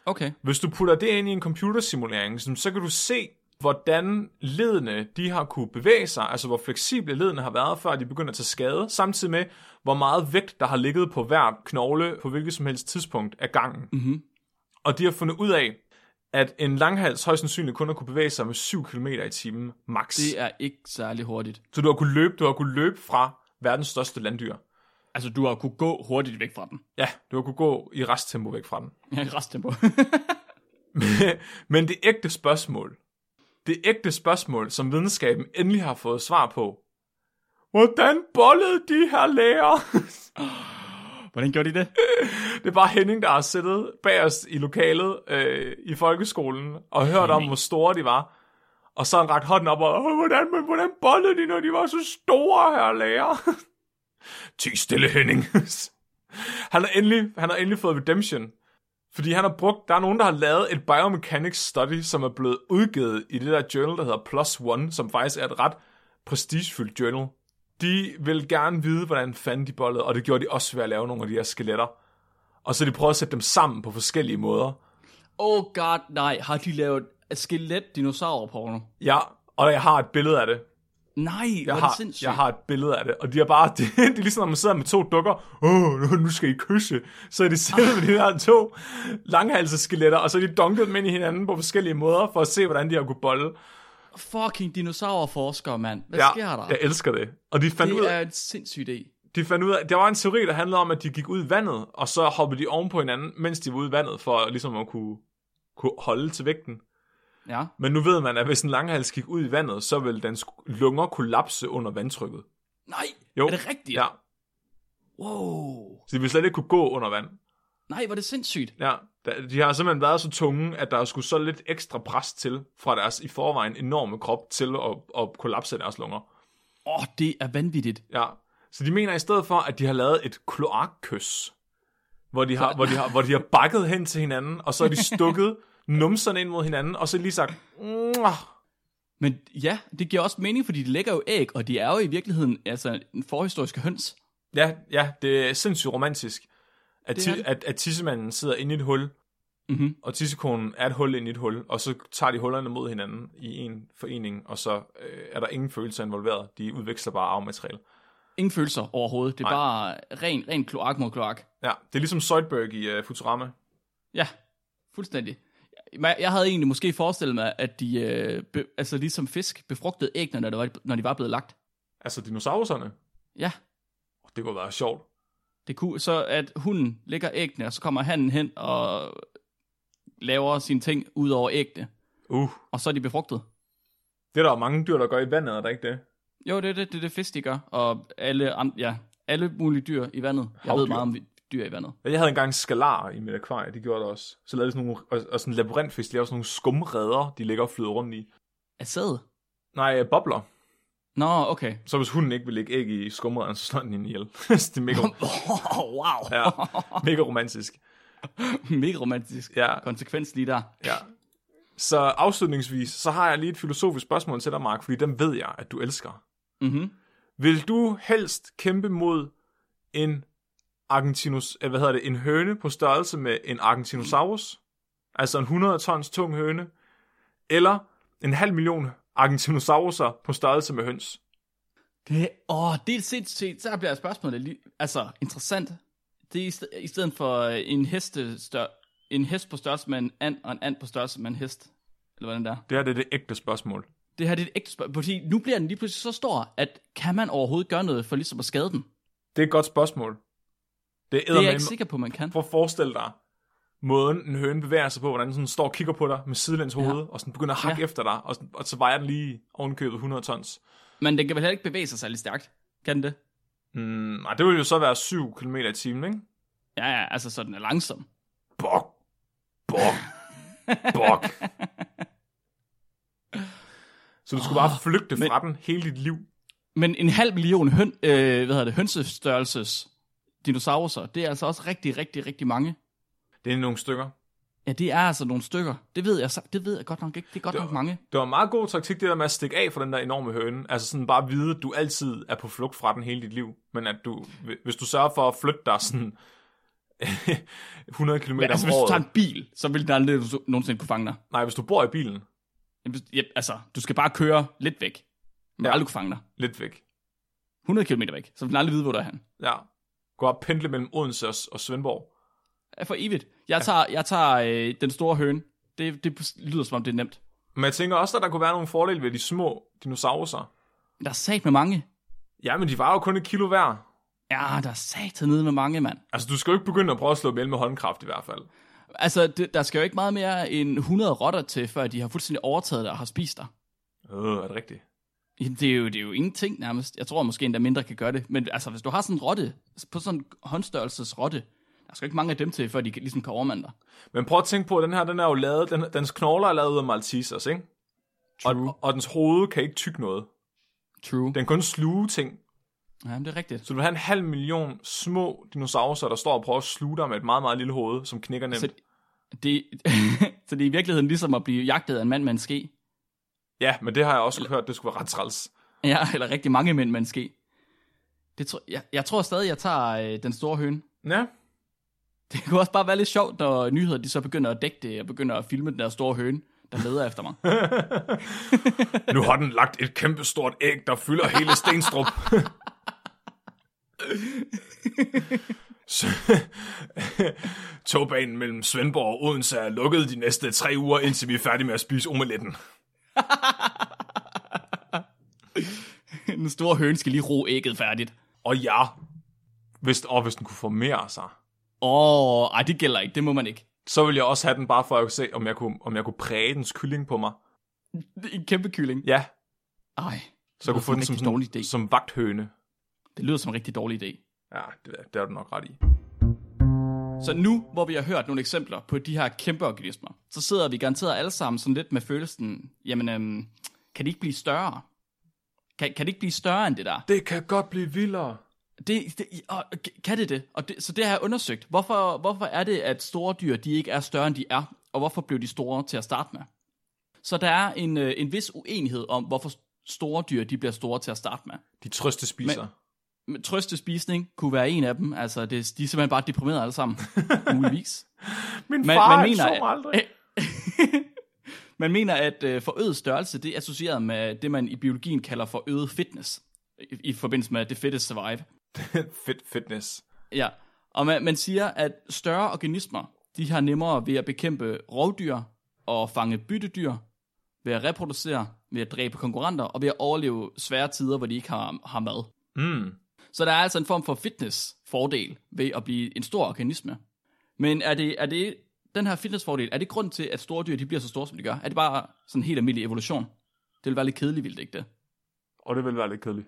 Speaker 1: Okay.
Speaker 2: Hvis du putter det ind i en computersimulering, sådan, så kan du se, hvordan ledene de har kunne bevæge sig, altså hvor fleksible ledene har været, før de begynder at tage skade, samtidig med, hvor meget vægt, der har ligget på hver knogle på hvilket som helst tidspunkt af gangen.
Speaker 1: Mhm.
Speaker 2: Og de har fundet ud af, at en langhals højst sandsynligt kun har kunne bevæge sig med 7 km i timen max.
Speaker 1: Det er ikke særlig hurtigt.
Speaker 2: Så du har kunne løbe, du har kunne løbe fra verdens største landdyr.
Speaker 1: Altså, du har kunne gå hurtigt væk fra den.
Speaker 2: Ja, du har kunne gå i resttempo væk fra den.
Speaker 1: *laughs* Ja, i resttempo.
Speaker 2: Men *laughs* det ægte spørgsmål, det ægte spørgsmål, som videnskaben endelig har fået svar på, hvordan bollede de her *laughs* læger?
Speaker 1: *laughs* Hvordan gjorde de det?
Speaker 2: Det er bare Henning, der har siddet bag os i lokalet øh, i folkeskolen og hørt om, hvor store de var. Og så har han rakt hånden op og, "Åh, hvordan, men hvordan bollede de, når de var så store her, lærer? *laughs* Ty stille, Henning. *laughs* han, har endelig, han har endelig fået redemption. Fordi han har brugt, der er nogen, der har lavet et biomechanics study, som er blevet udgivet i det der journal, der hedder Plus One, som faktisk er et ret prestigefyldt journal. De vil gerne vide, hvordan fanden de bollede, og det gjorde de også ved at lave nogle af de her skeletter. Og så de prøver at sætte dem sammen på forskellige måder.
Speaker 1: Oh god, nej. Har de lavet skelet dinosaurer porno?
Speaker 2: Ja, og jeg har et billede af det.
Speaker 1: Nej, jeg hvor
Speaker 2: Jeg
Speaker 1: er det
Speaker 2: har,
Speaker 1: sindssygt.
Speaker 2: jeg har et billede af det, og de er bare, *laughs* det, det er ligesom, når man sidder med to dukker, åh, nu- nu skal I kysse, så er de siddet med de her to langhalseskeletter, og så er de dunket dem ind i hinanden på forskellige måder, for at se, hvordan de har kunne bolle.
Speaker 1: Fucking dinosaurforskere, mand. Hvad
Speaker 2: Ja,
Speaker 1: sker der?
Speaker 2: jeg elsker det. Og de fandt, ud,
Speaker 1: det
Speaker 2: af,
Speaker 1: er en sindssyg idé.
Speaker 2: de fandt ud af, der var en teori, der handlede om, at de gik ud i vandet, og så hoppede de oven på hinanden, mens de var ude i vandet, for ligesom at kunne, kunne holde til vægten.
Speaker 1: Ja.
Speaker 2: Men nu ved man, at hvis en langhals gik ud i vandet, så vil dens lunger kollapse under vandtrykket.
Speaker 1: Nej,
Speaker 2: Jo.
Speaker 1: er det rigtigt?
Speaker 2: Ja,
Speaker 1: Wow.
Speaker 2: så de vil slet ikke kunne gå under vand.
Speaker 1: Nej, hvor er det sindssygt.
Speaker 2: Ja, der- de har simpelthen været så tunge, at der er skulle så lidt ekstra pres til fra deres i forvejen enorme krop til at, at kollapse deres lunger.
Speaker 1: Åh, oh, det er vanvittigt.
Speaker 2: Ja, så de mener i stedet for, at de har lavet et kloakkys, hvor de har, hvor de har, hvor de har bakket hen til hinanden, og så har de
Speaker 1: *laughs*
Speaker 2: stukket numserne ind mod hinanden, og så lige sagt, "Mwah."
Speaker 1: Men ja, det giver også mening, fordi de lægger jo æg, og de er jo i virkeligheden altså en forhistoriske høns.
Speaker 2: Ja, ja, det er sindssygt romantisk, at,
Speaker 1: Det er
Speaker 2: ti-
Speaker 1: det.
Speaker 2: at, at tissemanden sidder inde i et hul,
Speaker 1: Mhm.
Speaker 2: og tissekonen er et hul inde i et hul, og så tager de hullerne mod hinanden i en forening, og så øh, er der ingen følelser involveret. De udveksler bare arvemateriale.
Speaker 1: Ingen følelser overhovedet. Det er Nej. bare ren, ren kloak mod kloak.
Speaker 2: Ja, det er ligesom Zoidberg i øh, Futurama.
Speaker 1: Ja, fuldstændig. Jeg, jeg havde egentlig måske forestillet mig, at de, øh, be, altså ligesom fisk, befrugtede æggene, når, det var, når de var blevet lagt.
Speaker 2: Altså dinosaurerne.
Speaker 1: Ja,
Speaker 2: Det kunne være sjovt.
Speaker 1: det kunne, så at hunden lægger æggene, og så kommer hannen hen og laver sine ting ud over æggene,
Speaker 2: Uh,
Speaker 1: og så er de befrugtet.
Speaker 2: det er der jo mange dyr, der gør i vandet, er der ikke det?
Speaker 1: Jo, det er det, det, er det fisk, de gør, og alle, andre, ja, alle mulige dyr i vandet. Jeg ved
Speaker 2: Havdyr.
Speaker 1: meget om vi- dyr i vandet.
Speaker 2: Jeg havde engang skalar i mit akvarie, det gjorde det også. Så lavede de sådan nogle, og, og sådan en labyrintfisk, de lavede sådan nogle skumredder, de ligger og flyder rundt i.
Speaker 1: Er sæd?
Speaker 2: Nej, øh, bobler.
Speaker 1: Nå, okay.
Speaker 2: Så hvis hunden ikke vil lægge æg i skumredderen, så slår den hende ihjel. *laughs* det er mega,
Speaker 1: *laughs* wow. *laughs*
Speaker 2: ja, mega romantisk.
Speaker 1: Mega romantisk
Speaker 2: Ja.
Speaker 1: konsekvens lige der.
Speaker 2: Ja. Så afslutningsvis, så har jeg lige et filosofisk spørgsmål til dig, Mark, fordi den ved jeg, at du elsker.
Speaker 1: Mhm.
Speaker 2: Vil du helst kæmpe mod en Argentinos, eh, hvad hedder det, en høne på størrelse med en Argentinosaurus, altså en 100 tons tung høne, eller en halv million Argentinozauruser på størrelse med høns?
Speaker 1: Det, åh, det er sindssygt. Så bliver spørgsmålet lige, altså interessant. Det er i, sted, i stedet for øh, en, heste stør, en hest på størrelse med en and, og en and på størrelse med en hest. Eller hvordan det er.
Speaker 2: Det her det er det ægte spørgsmål.
Speaker 1: Det her det er et ægte spørgsmål, fordi nu bliver den lige pludselig så stor, at kan man overhovedet gøre noget for ligesom at skade den?
Speaker 2: Det er et godt spørgsmål. Det er,
Speaker 1: Det er jeg ikke sikker på, man kan.
Speaker 2: Prøv at forestille dig, måden en høne bevæger sig på, hvordan den sådan står og kigger på dig med sidelæns hoved, og sådan begynder at hakke ja.
Speaker 1: Ja.
Speaker 2: efter dig, og, sådan, og så vejer den lige ovenkøbet 100 tons.
Speaker 1: Men den kan vel heller ikke bevæge sig særlig stærkt. Kan den det?
Speaker 2: Mm, nej, det ville jo så være 7 km i timen, ikke?
Speaker 1: Ja, ja, altså så den er langsom.
Speaker 2: Bok. Bok. Bok. Så du skulle bare flygte fra den hele dit liv.
Speaker 1: Men en halv million høn, øh, hvad hedder det, hønsestørrelses dinosaurer, det er altså også rigtig, rigtig, rigtig mange.
Speaker 2: Det er nogle stykker.
Speaker 1: Ja, det er altså nogle stykker. Det ved jeg, så, det ved jeg godt nok ikke. Det er godt
Speaker 2: Det-
Speaker 1: nok mange.
Speaker 2: Det var en meget god taktik, det der med at stikke af fra den der enorme høne. Altså sådan bare vide, at du altid er på flugt fra den hele dit liv. Men at du, hvis du sørger for at flytte dig sådan *laughs* 100 km
Speaker 1: Men altså,
Speaker 2: om
Speaker 1: hvis du
Speaker 2: året.
Speaker 1: tager en bil, så vil den aldrig nogensinde- nogensinde kunne fange dig.
Speaker 2: Nej, hvis du bor i bilen,
Speaker 1: Jamen, hvis- Ja, altså, du skal bare køre lidt væk. Men
Speaker 2: Ja.
Speaker 1: ja. aldrig kunne fange dig.
Speaker 2: lidt væk.
Speaker 1: 100 km væk, så vil den aldrig vide, hvor du er han.
Speaker 2: Ja. Gå op og pendle mellem Odense og, og Svendborg.
Speaker 1: Ja, For evigt. Jeg tager, jeg tager øh, den store høne. Det, det lyder som om, det er nemt.
Speaker 2: Men jeg tænker også, at der kunne være nogle fordele ved de små dinosaurer.
Speaker 1: Men Der er sat med mange.
Speaker 2: Ja, men de var jo kun et kilo hver.
Speaker 1: Ja, der er sat nede med mange, mand.
Speaker 2: Altså, du skal jo ikke begynde at prøve at slå dem ihjel med håndkraft i hvert fald.
Speaker 1: Altså, det, der skal jo ikke meget mere end 100 rotter til, før de har fuldstændig overtaget dig og har spist dig.
Speaker 2: Øh, er det rigtigt?
Speaker 1: Jamen, det er, jo, det er jo ingenting nærmest. Jeg tror måske endda mindre kan gøre det. Men altså, hvis du har sådan en rotte, altså, på sådan en håndstørrelses rotte, der skal ikke mange af dem til, før de kan- ligesom kan overmande dig.
Speaker 2: Men prøv at tænke på, at den her, den er jo lavet, den, dens knogler er lavet af Maltesers, ikke? Og, og, dens hoved kan ikke tykke noget.
Speaker 1: True.
Speaker 2: Den kan kun sluge ting.
Speaker 1: Jamen, det er rigtigt.
Speaker 2: Så du vil have en halv million små dinosaurer, der står og prøver at sluge dig med et meget, meget lille hoved, som knækker nemt.
Speaker 1: Så, det, *laughs* så det er i virkeligheden ligesom at blive jagtet af en mand med en ske.
Speaker 2: Ja, men det har jeg også hørt, det skulle være ret træls.
Speaker 1: Ja, eller rigtig mange mænd med en ske. Det tror, jeg, jeg tror stadig, jeg tager øh, den store høne. *laughs*
Speaker 2: Ja,
Speaker 1: Det kunne også bare være lidt sjovt, når nyheder de så begynder at dække det, og begynder at filme den der store høne, der leder
Speaker 2: *laughs*
Speaker 1: efter mig. *laughs*
Speaker 2: nu har den lagt et kæmpestort æg, der fylder hele Stenstrup. Så- Togbanen mellem Svendborg og Odense er lukket de næste tre uger, indtil vi er færdige med at spise omeletten.
Speaker 1: den store høne skal lige ro ægget færdigt.
Speaker 2: Og ja, hvis, og hvis den kunne formere sig,
Speaker 1: Åh, oh, ej, det gælder ikke. Det må man ikke.
Speaker 2: så ville jeg også have den bare for at se, om jeg kunne, om jeg kunne præge dens kylling på mig.
Speaker 1: Det er En kæmpe kylling.
Speaker 2: Ja,
Speaker 1: Ej,
Speaker 2: så jeg kunne
Speaker 1: lyder
Speaker 2: få
Speaker 1: en
Speaker 2: den som,
Speaker 1: rigtig dårlig
Speaker 2: sådan,
Speaker 1: idé.
Speaker 2: som vagthøne.
Speaker 1: det lyder som en rigtig dårlig idé.
Speaker 2: Ja, det, det er du nok ret i.
Speaker 1: Så nu, hvor vi har hørt nogle eksempler på de her kæmpe organismer, så sidder vi garanteret alle sammen sådan lidt med følelsen, jamen, øhm, kan det ikke blive større? Kan, kan det ikke blive større end det der?
Speaker 2: Det kan godt blive vildere.
Speaker 1: Det, det, og, kan det det? Og det? Så det har jeg undersøgt. Hvorfor, hvorfor er det, at store dyr de ikke er større, end de er? Og hvorfor blev de store til at starte med? Så der er en, øh, en vis uenighed om, hvorfor store dyr de bliver store til at starte med.
Speaker 2: De trøste spiser.
Speaker 1: Men- Men trøstespisning kunne være en af dem. Altså, det, de er simpelthen bare deprimerede alle
Speaker 2: *laughs*
Speaker 1: sammen. Muligvis.
Speaker 2: Min
Speaker 1: Man,
Speaker 2: far,
Speaker 1: man,
Speaker 2: han
Speaker 1: mener,
Speaker 2: sover aldrig.
Speaker 1: at, *laughs* man mener, at øh, forøget størrelse, det er associeret med det, man i biologien kalder for øget fitness. I, i forbindelse med det fedteste survive.
Speaker 2: Fit, fitness.
Speaker 1: Ja, og man, man siger, at større organismer, de har nemmere ved at bekæmpe rovdyr og fange byttedyr, ved at reproducere, ved at dræbe konkurrenter og ved at overleve svære tider, hvor de ikke har, har mad.
Speaker 2: Mm.
Speaker 1: Så der er altså en form for fitness-fordel ved at blive en stor organisme. Men er det, er det den her fitness-fordel, er det grund til, at store dyr de bliver så store, som de gør? Er det bare sådan en helt almindelig evolution? Det vil være lidt kedeligt, vildt, ikke det?
Speaker 2: Og det vil være lidt kedeligt.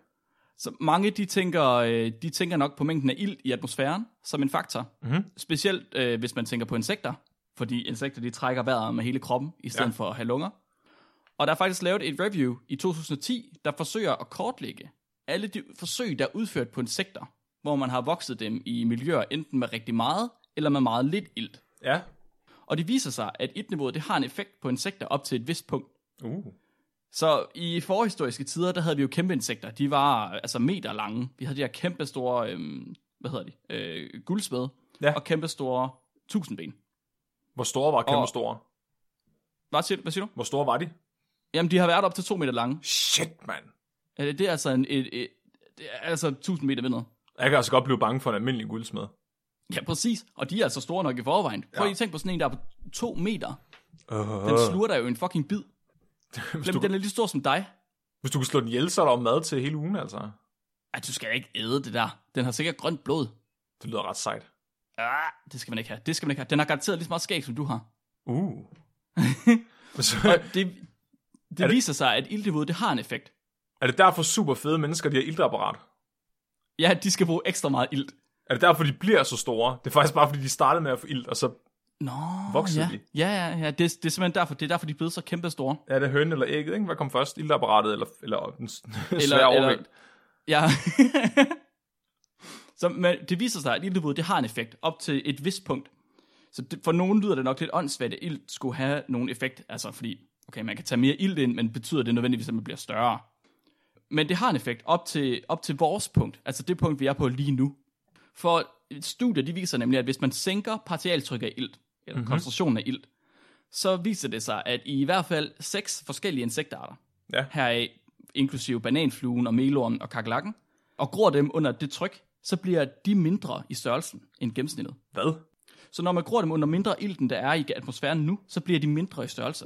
Speaker 1: Så mange de tænker, øh, de tænker nok på mængden af ilt i atmosfæren som en faktor. Mm-hmm. Specielt øh, hvis man tænker på insekter, fordi insekter de trækker vejret med hele kroppen, i stedet ja. for at have lunger. Og der er faktisk lavet et review i 2010, der forsøger at kortlægge alle de forsøg, der er udført på insekter, hvor man har vokset dem i miljøer enten med rigtig meget eller med meget lidt ilt.
Speaker 2: Ja.
Speaker 1: Og det viser sig, at iltniveauet det har en effekt på insekter op til et vist punkt.
Speaker 2: Uh.
Speaker 1: Så i forhistoriske tider, der havde vi jo kæmpe insekter. De var øh, altså meter lange. Vi havde de her kæmpe store, øhm, hvad hedder de, øh, guldsmed
Speaker 2: Ja.
Speaker 1: ja. og kæmpe store tusindben.
Speaker 2: Hvor store var kæmpe
Speaker 1: Og-
Speaker 2: store?
Speaker 1: Hvad siger, hvad siger du?
Speaker 2: Hvor store var de?
Speaker 1: Jamen, de har været op til 2 meter lange.
Speaker 2: Shit, mand.
Speaker 1: Øh, Det er altså, en, et, et, det er altså 1000 meter ved noget.
Speaker 2: Jeg kan altså godt blive bange for en almindelig guldsmed.
Speaker 1: Ja, præcis. Og de er altså store nok i forvejen. Prøv
Speaker 2: Ja.
Speaker 1: lige at tænke på sådan en, der er på 2 meter.
Speaker 2: Uh.
Speaker 1: Den sluger dig jo en fucking bid.
Speaker 2: hvis, du,
Speaker 1: Den, den er lige stor som dig.
Speaker 2: hvis du kunne slå den ihjel, så er der jo mad til hele ugen, altså.
Speaker 1: Ej, du skal da ikke æde det der. Den har sikkert grønt blod.
Speaker 2: Det lyder ret sejt.
Speaker 1: Ah, det skal man ikke have. Det skal man ikke have. Den har garanteret lige så meget skæg, som du har.
Speaker 2: *laughs* Uh. Men så,
Speaker 1: Og det, det,
Speaker 2: Er
Speaker 1: det
Speaker 2: det-
Speaker 1: viser sig, at iltniveauet, det har en effekt.
Speaker 2: er det derfor super fede mennesker, de har iltapparat?
Speaker 1: Ja, de skal bruge ekstra meget ilt.
Speaker 2: Er det derfor, de bliver så store? Det er faktisk bare, fordi de startede med at få ilt, og så
Speaker 1: Nå,
Speaker 2: Voksede
Speaker 1: ja.
Speaker 2: de?
Speaker 1: Ja, ja, ja. Det, det er simpelthen derfor, det er derfor, de er blevet så kæmpe store.
Speaker 2: er det høn eller ægget, ikke? Hvad kom først? Iltapparatet eller, eller den
Speaker 1: *laughs*
Speaker 2: s- *laughs* svære
Speaker 1: Eller-
Speaker 2: eller, overvægt?
Speaker 1: eller- Ja. *laughs* så, men det viser sig, at iltniveauet, det har en effekt op til et vist punkt. Så det, for nogen lyder det nok lidt åndssvagt, at ilt skulle have nogen effekt. Altså fordi, okay, man kan tage mere ilt ind, men betyder det nødvendigvis, at man bliver større? Men det har en effekt op til, op til vores punkt, altså det punkt, vi er på lige nu. For studier, de viser nemlig, at hvis man sænker partialtryk af ilt, eller mm-hmm. koncentrationen af ilt, så viser det sig, at i hvert fald seks forskellige insektarter,
Speaker 2: Ja.
Speaker 1: heraf inklusive bananfluen og melormen og kakelakken, og gror dem under det tryk, så bliver de mindre i størrelsen end gennemsnittet.
Speaker 2: Hvad?
Speaker 1: Så når man gror dem under mindre ilt, end der er i atmosfæren nu, så bliver de mindre i størrelse.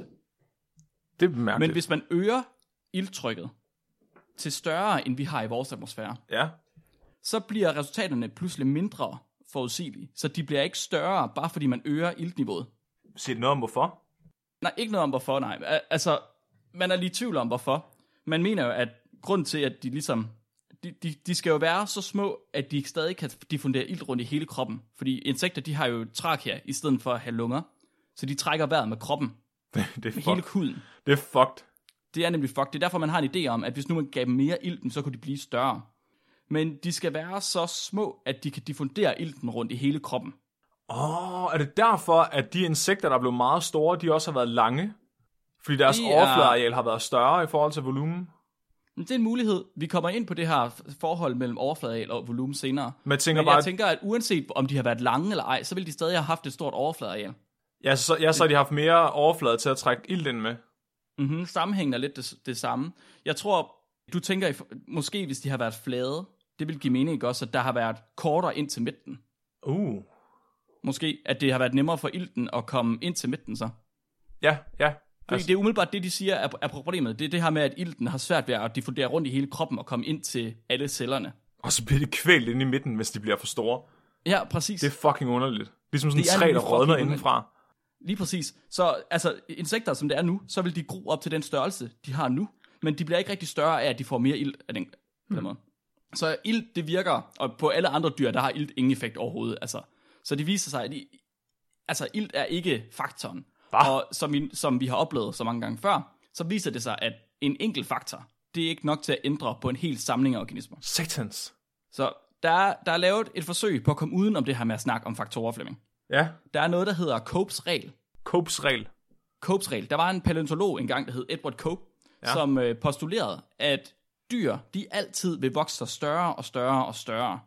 Speaker 2: Det er mærkeligt.
Speaker 1: Men hvis man øger ildtrykket til større, end vi har i vores atmosfære,
Speaker 2: Ja.
Speaker 1: så bliver resultaterne pludselig mindre forudsigelige. Så de bliver ikke større, bare fordi man øger iltniveauet.
Speaker 2: Siger det noget om hvorfor? *laughs*
Speaker 1: Nej, ikke noget om hvorfor, nej. Al- Altså, man er lige i tvivl om hvorfor. Man mener jo, at grund til, at de ligesom... De, de, de skal jo være så små, at de stadig kan diffundere ilt rundt i hele kroppen. Fordi insekter, de har jo trakea, i stedet for at have lunger. Så de trækker vejret med kroppen,
Speaker 2: Det, det er
Speaker 1: med
Speaker 2: fucked.
Speaker 1: hele huden.
Speaker 2: Det er fucked.
Speaker 1: Det er nemlig fuck. Det er derfor, man har en idé om, at hvis nu man gav dem mere ilten, så kunne de blive større. Men de skal være så små, at de kan diffundere ilten rundt i hele kroppen.
Speaker 2: Åh, oh, er det derfor, at de insekter, der blev meget store, de også har været lange? Fordi deres
Speaker 1: De
Speaker 2: de
Speaker 1: er-
Speaker 2: overfladeareal har været større i forhold til volumen?
Speaker 1: Men det er en mulighed. Vi kommer ind på det her forhold mellem overfladeal og volumen senere.
Speaker 2: Men jeg tænker
Speaker 1: Men
Speaker 2: bare,
Speaker 1: jeg tænker, at uanset om de har været lange eller ej, så vil de stadig have haft et stort overfladeareal.
Speaker 2: ja, så, ja, så har de haft mere overflade til at trække ild ind med.
Speaker 1: Mm-hmm. Sammenhængen er lidt det, det samme. Jeg tror, du tænker, i for- måske hvis de har været flade, det vil give mening ikke også, at der har været kortere ind til midten.
Speaker 2: Uh.
Speaker 1: Måske, at det har været nemmere for ilten at komme ind til midten så.
Speaker 2: Ja, ja.
Speaker 1: Fordi
Speaker 2: Altså-
Speaker 1: det er umiddelbart det, de siger er, er problemet. Det er det her med, at ilten har svært ved at diffundere rundt i hele kroppen og komme ind til alle cellerne.
Speaker 2: Og så bliver de kvælt inde i midten, hvis de bliver for store.
Speaker 1: Ja, præcis.
Speaker 2: Det er fucking underligt. Ligesom sådan
Speaker 1: Det er
Speaker 2: en træ,
Speaker 1: nemlig
Speaker 2: der rådner
Speaker 1: fucking
Speaker 2: indenfra.
Speaker 1: Lige præcis. Så altså, insekter, som det er nu, så vil de gro op til den størrelse, de har nu. Men de bliver ikke rigtig større af, at de får mere ilt af den, på den måde. Så ilt, det virker, og på alle andre dyr, der har ilt ingen effekt overhovedet. Altså. Så det viser sig, at i, altså, ilt er ikke faktoren.
Speaker 2: Hva?
Speaker 1: Og som vi, som vi har oplevet så mange gange før, så viser det sig, at en enkelt faktor, det er ikke nok til at ændre på en hel samling af organismer.
Speaker 2: Satans.
Speaker 1: Så der er, der er lavet et forsøg på at komme uden om det her med at snakke om faktorer, Flemming.
Speaker 2: Ja.
Speaker 1: Der er noget, der hedder Copes regel,
Speaker 2: Copes regel.
Speaker 1: Copes regel. Der var en paleontolog engang, der hed Edward Cope, ja. som øh, postulerede, at dyr, de altid vil vokse sig større og større og større.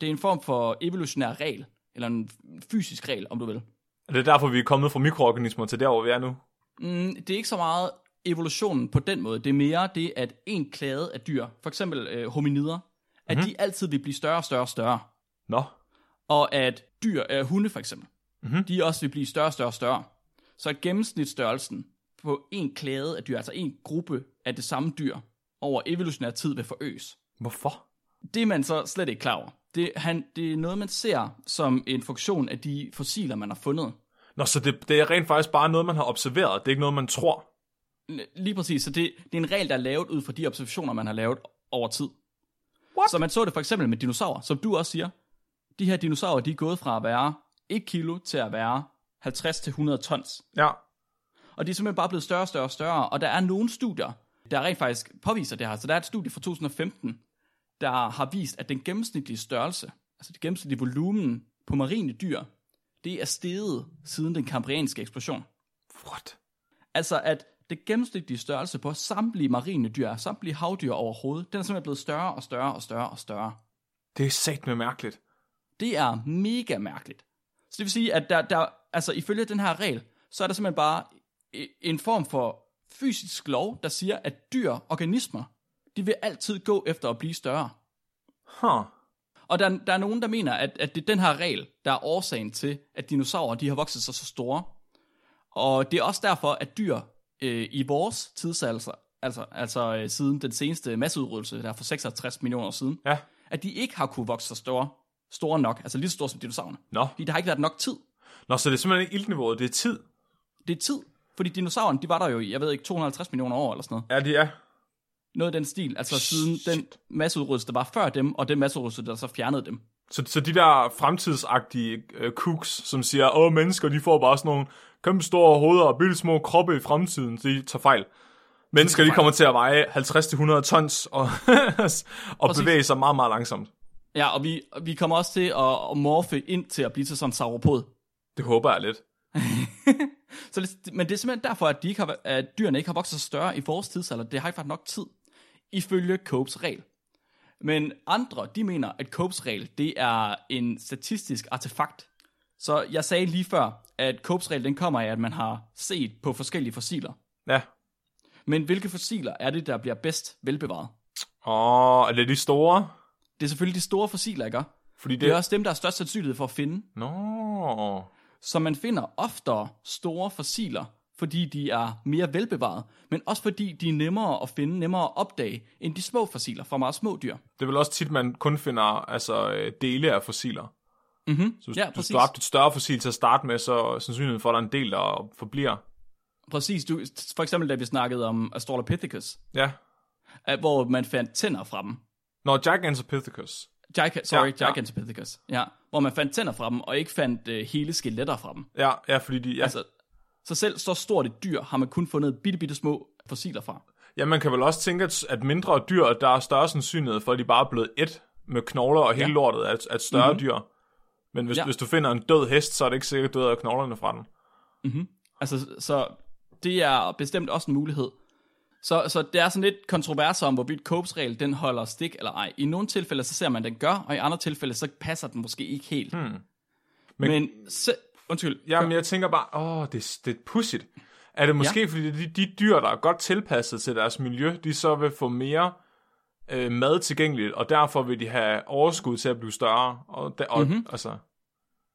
Speaker 1: Det er en form for evolutionær regel, eller en f- fysisk regel, om du vil.
Speaker 2: Og det er derfor, vi er kommet fra mikroorganismer til der, hvor vi er nu.
Speaker 1: Mm, det er ikke så meget evolutionen på den måde. Det er mere det, at en klæde af dyr, for eksempel øh, hominider, at de altid vil blive større og større og større.
Speaker 2: Nå.
Speaker 1: og at dyr, øh, hunde for eksempel, mm-hmm. de også vil blive større og større og større. Så at gennemsnitsstørrelsen på en klæde af dyr, altså en gruppe af det samme dyr, over evolutionær tid vil forøges.
Speaker 2: Hvorfor?
Speaker 1: Det er man så slet ikke klar over. Det, han, det er noget, man ser som en funktion af de fossiler, man har fundet.
Speaker 2: Nå, så det, det er rent faktisk bare noget, man har observeret. Det er ikke noget, man tror.
Speaker 1: Lige præcis, så det, det er en regel, der er lavet ud fra de observationer, man har lavet over tid. What? Så man så det for eksempel med dinosaurer, som du også siger. De her dinosaurer, de er gået fra at være 1 kilo til at være 50-100 tons.
Speaker 2: Ja.
Speaker 1: Og de er simpelthen bare blevet større og større og større, og der er nogle studier, der rent faktisk påviser det her. Så der er et studie fra 2015, der har vist, at den gennemsnitlige størrelse, altså det gennemsnitlige volumen på marine dyr, det er steget siden den kambrianske eksplosion.
Speaker 2: What?
Speaker 1: Altså at det gennemsnitlige størrelse på samtlige marine dyr, samtlige havdyr overhovedet, den er simpelthen blevet større og større og større og større.
Speaker 2: Det er sat med mærkeligt.
Speaker 1: Det er mega mærkeligt. Så det vil sige, at der, der, altså ifølge den her regel, så er der simpelthen bare e- en form for fysisk lov, der siger, at dyr, organismer, de vil altid gå efter at blive større.
Speaker 2: Huh.
Speaker 1: Og der, der er nogen, der mener, at, at det er den her regel, der er årsagen til, at dinosaurer de har vokset sig så store. Og det er også derfor, at dyr øh, i vores tidsalder, altså, altså øh, siden den seneste masseudryddelse, der er for 56 millioner år siden,
Speaker 2: Ja.
Speaker 1: at de ikke har kunne vokse sig store, store nok, altså lige så store som dinosaurerne.
Speaker 2: Nå.
Speaker 1: Fordi der har ikke været nok tid.
Speaker 2: Nå, så det er simpelthen ikke iltniveauet, det er tid.
Speaker 1: Det er tid, fordi dinosaurerne, de var der jo i, jeg ved ikke, 250 millioner år eller sådan noget.
Speaker 2: Ja, det er.
Speaker 1: Noget af den stil, altså siden den masseudryddelse, der var før dem, og den masseudryddelse, der så fjernede dem.
Speaker 2: Så, så de der fremtidsagtige øh, cooks, som siger, åh, mennesker, de får bare sådan nogle kæmpe store hoveder og bitte små kroppe i fremtiden, de tager fejl. Mennesker, de kommer til at veje 50-100 tons og, *laughs* og bevæge sig meget, meget langsomt.
Speaker 1: Ja, og vi, og vi kommer også til at, at morfe ind til at blive til sådan en sauropod.
Speaker 2: Det håber jeg lidt.
Speaker 1: Så det, men det er simpelthen derfor, at, de ikke har, at dyrene ikke har vokset sig større i vores tidsalder. Det har ikke været nok tid, ifølge Copes regel. Men andre, de mener, at Copes regel, det er en statistisk artefakt. Så jeg sagde lige før, at Copes regel, den kommer af, at man har set på forskellige fossiler.
Speaker 2: Ja.
Speaker 1: Men hvilke fossiler er det, der bliver bedst velbevaret?
Speaker 2: Åh, er det de store?
Speaker 1: Det er selvfølgelig de store fossiler, ikke?
Speaker 2: Fordi det...
Speaker 1: Det er også dem, der er størst sandsynlighed for at finde.
Speaker 2: Nå.
Speaker 1: Så man finder oftere store fossiler, fordi de er mere velbevaret, men også fordi de er nemmere at finde, nemmere at opdage, end de små fossiler fra meget små dyr.
Speaker 2: Det er vel også tit, man kun finder altså, øh, dele af fossiler.
Speaker 1: Mm-hmm.
Speaker 2: Så hvis
Speaker 1: Ja,
Speaker 2: du
Speaker 1: præcis.
Speaker 2: slår op et større fossil til at starte med, så er sandsynligheden for, at der er en del, der forbliver.
Speaker 1: præcis. Du, for eksempel da vi snakkede om Australopithecus,
Speaker 2: Ja.
Speaker 1: at- hvor man fandt tænder fra dem.
Speaker 2: Nå, Gigantopithecus.
Speaker 1: Giga, sorry,
Speaker 2: Ja,
Speaker 1: ja,
Speaker 2: ja.
Speaker 1: Gigantopithecus. Ja. hvor man fandt tænder fra dem, og ikke fandt øh, hele skeletter fra dem.
Speaker 2: Ja, ja, fordi de, ja, altså,
Speaker 1: Altså, så selv så stort et dyr har man kun fundet bitte, bitte små fossiler fra.
Speaker 2: ja, man kan vel også tænke, at- at mindre dyr, der er større sandsynlighed for, at de bare er blevet et med knogler og hele
Speaker 1: Ja.
Speaker 2: lortet af et, af et større mm-hmm. dyr. Men hvis, ja.
Speaker 1: Ja.
Speaker 2: hvis du finder en død hest, så er det ikke sikkert, at du døde af knoglerne fra den.
Speaker 1: Altså, så det er bestemt også en mulighed. Så, så der er sådan lidt kontroverser om, hvorvidt Copes regel den holder stik eller ej. I nogle tilfælde, så ser man, at den gør, og i andre tilfælde, så passer den måske ikke helt. Hmm. Men, Men se, undskyld,
Speaker 2: Jamen, jeg tænker bare, åh, det, det er pudsigt. Er det måske, ja. fordi de, de dyr, der er godt tilpasset til deres miljø, de så vil få mere øh, mad tilgængeligt, og derfor vil de have overskud til at blive større. Og, der, og mm-hmm. altså,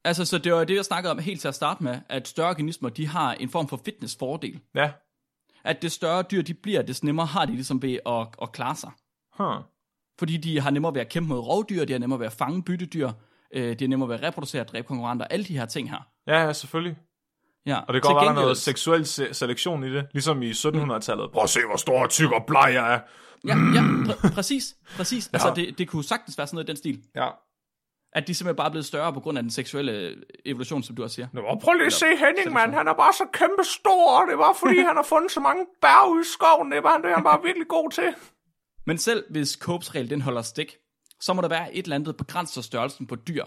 Speaker 1: altså, så det var det, jeg snakkede om helt til at starte med, at større organismer, de har en form for fitnessfordel.
Speaker 2: ja,
Speaker 1: At det større dyr, de bliver, des nemmere har de ligesom ved at, at klare sig.
Speaker 2: huh.
Speaker 1: Fordi de har nemmere ved at kæmpe mod rovdyr, de har nemmere ved at fange byttedyr, øh, de har nemmere ved at reproducere, dræbe konkurrenter, alle de her ting her.
Speaker 2: ja, ja, selvfølgelig.
Speaker 1: Ja.
Speaker 2: Og det
Speaker 1: Til
Speaker 2: kan godt være, der er
Speaker 1: gengæld-
Speaker 2: noget seksuel se- selektion i det, ligesom i 1700-tallet. Prøv at se, hvor stor, tyk og bleg jeg er.
Speaker 1: Ja, ja pr- præcis, præcis. Altså, det, det kunne sagtens være sådan noget i den stil.
Speaker 2: Ja.
Speaker 1: At de simpelthen bare er blevet større på grund af den seksuelle øh, evolution, som du også siger.
Speaker 2: Nå, og prøv lige at se Henning, mand. Han er bare så kæmpe stor, og det var
Speaker 1: *laughs*
Speaker 2: fordi, han har fundet så mange bær ude i skoven. Det var han, det er han bare virkelig god til.
Speaker 1: Men selv hvis Copes regel den holder stik, så må der være et eller andet, der begrænser størrelsen på dyr.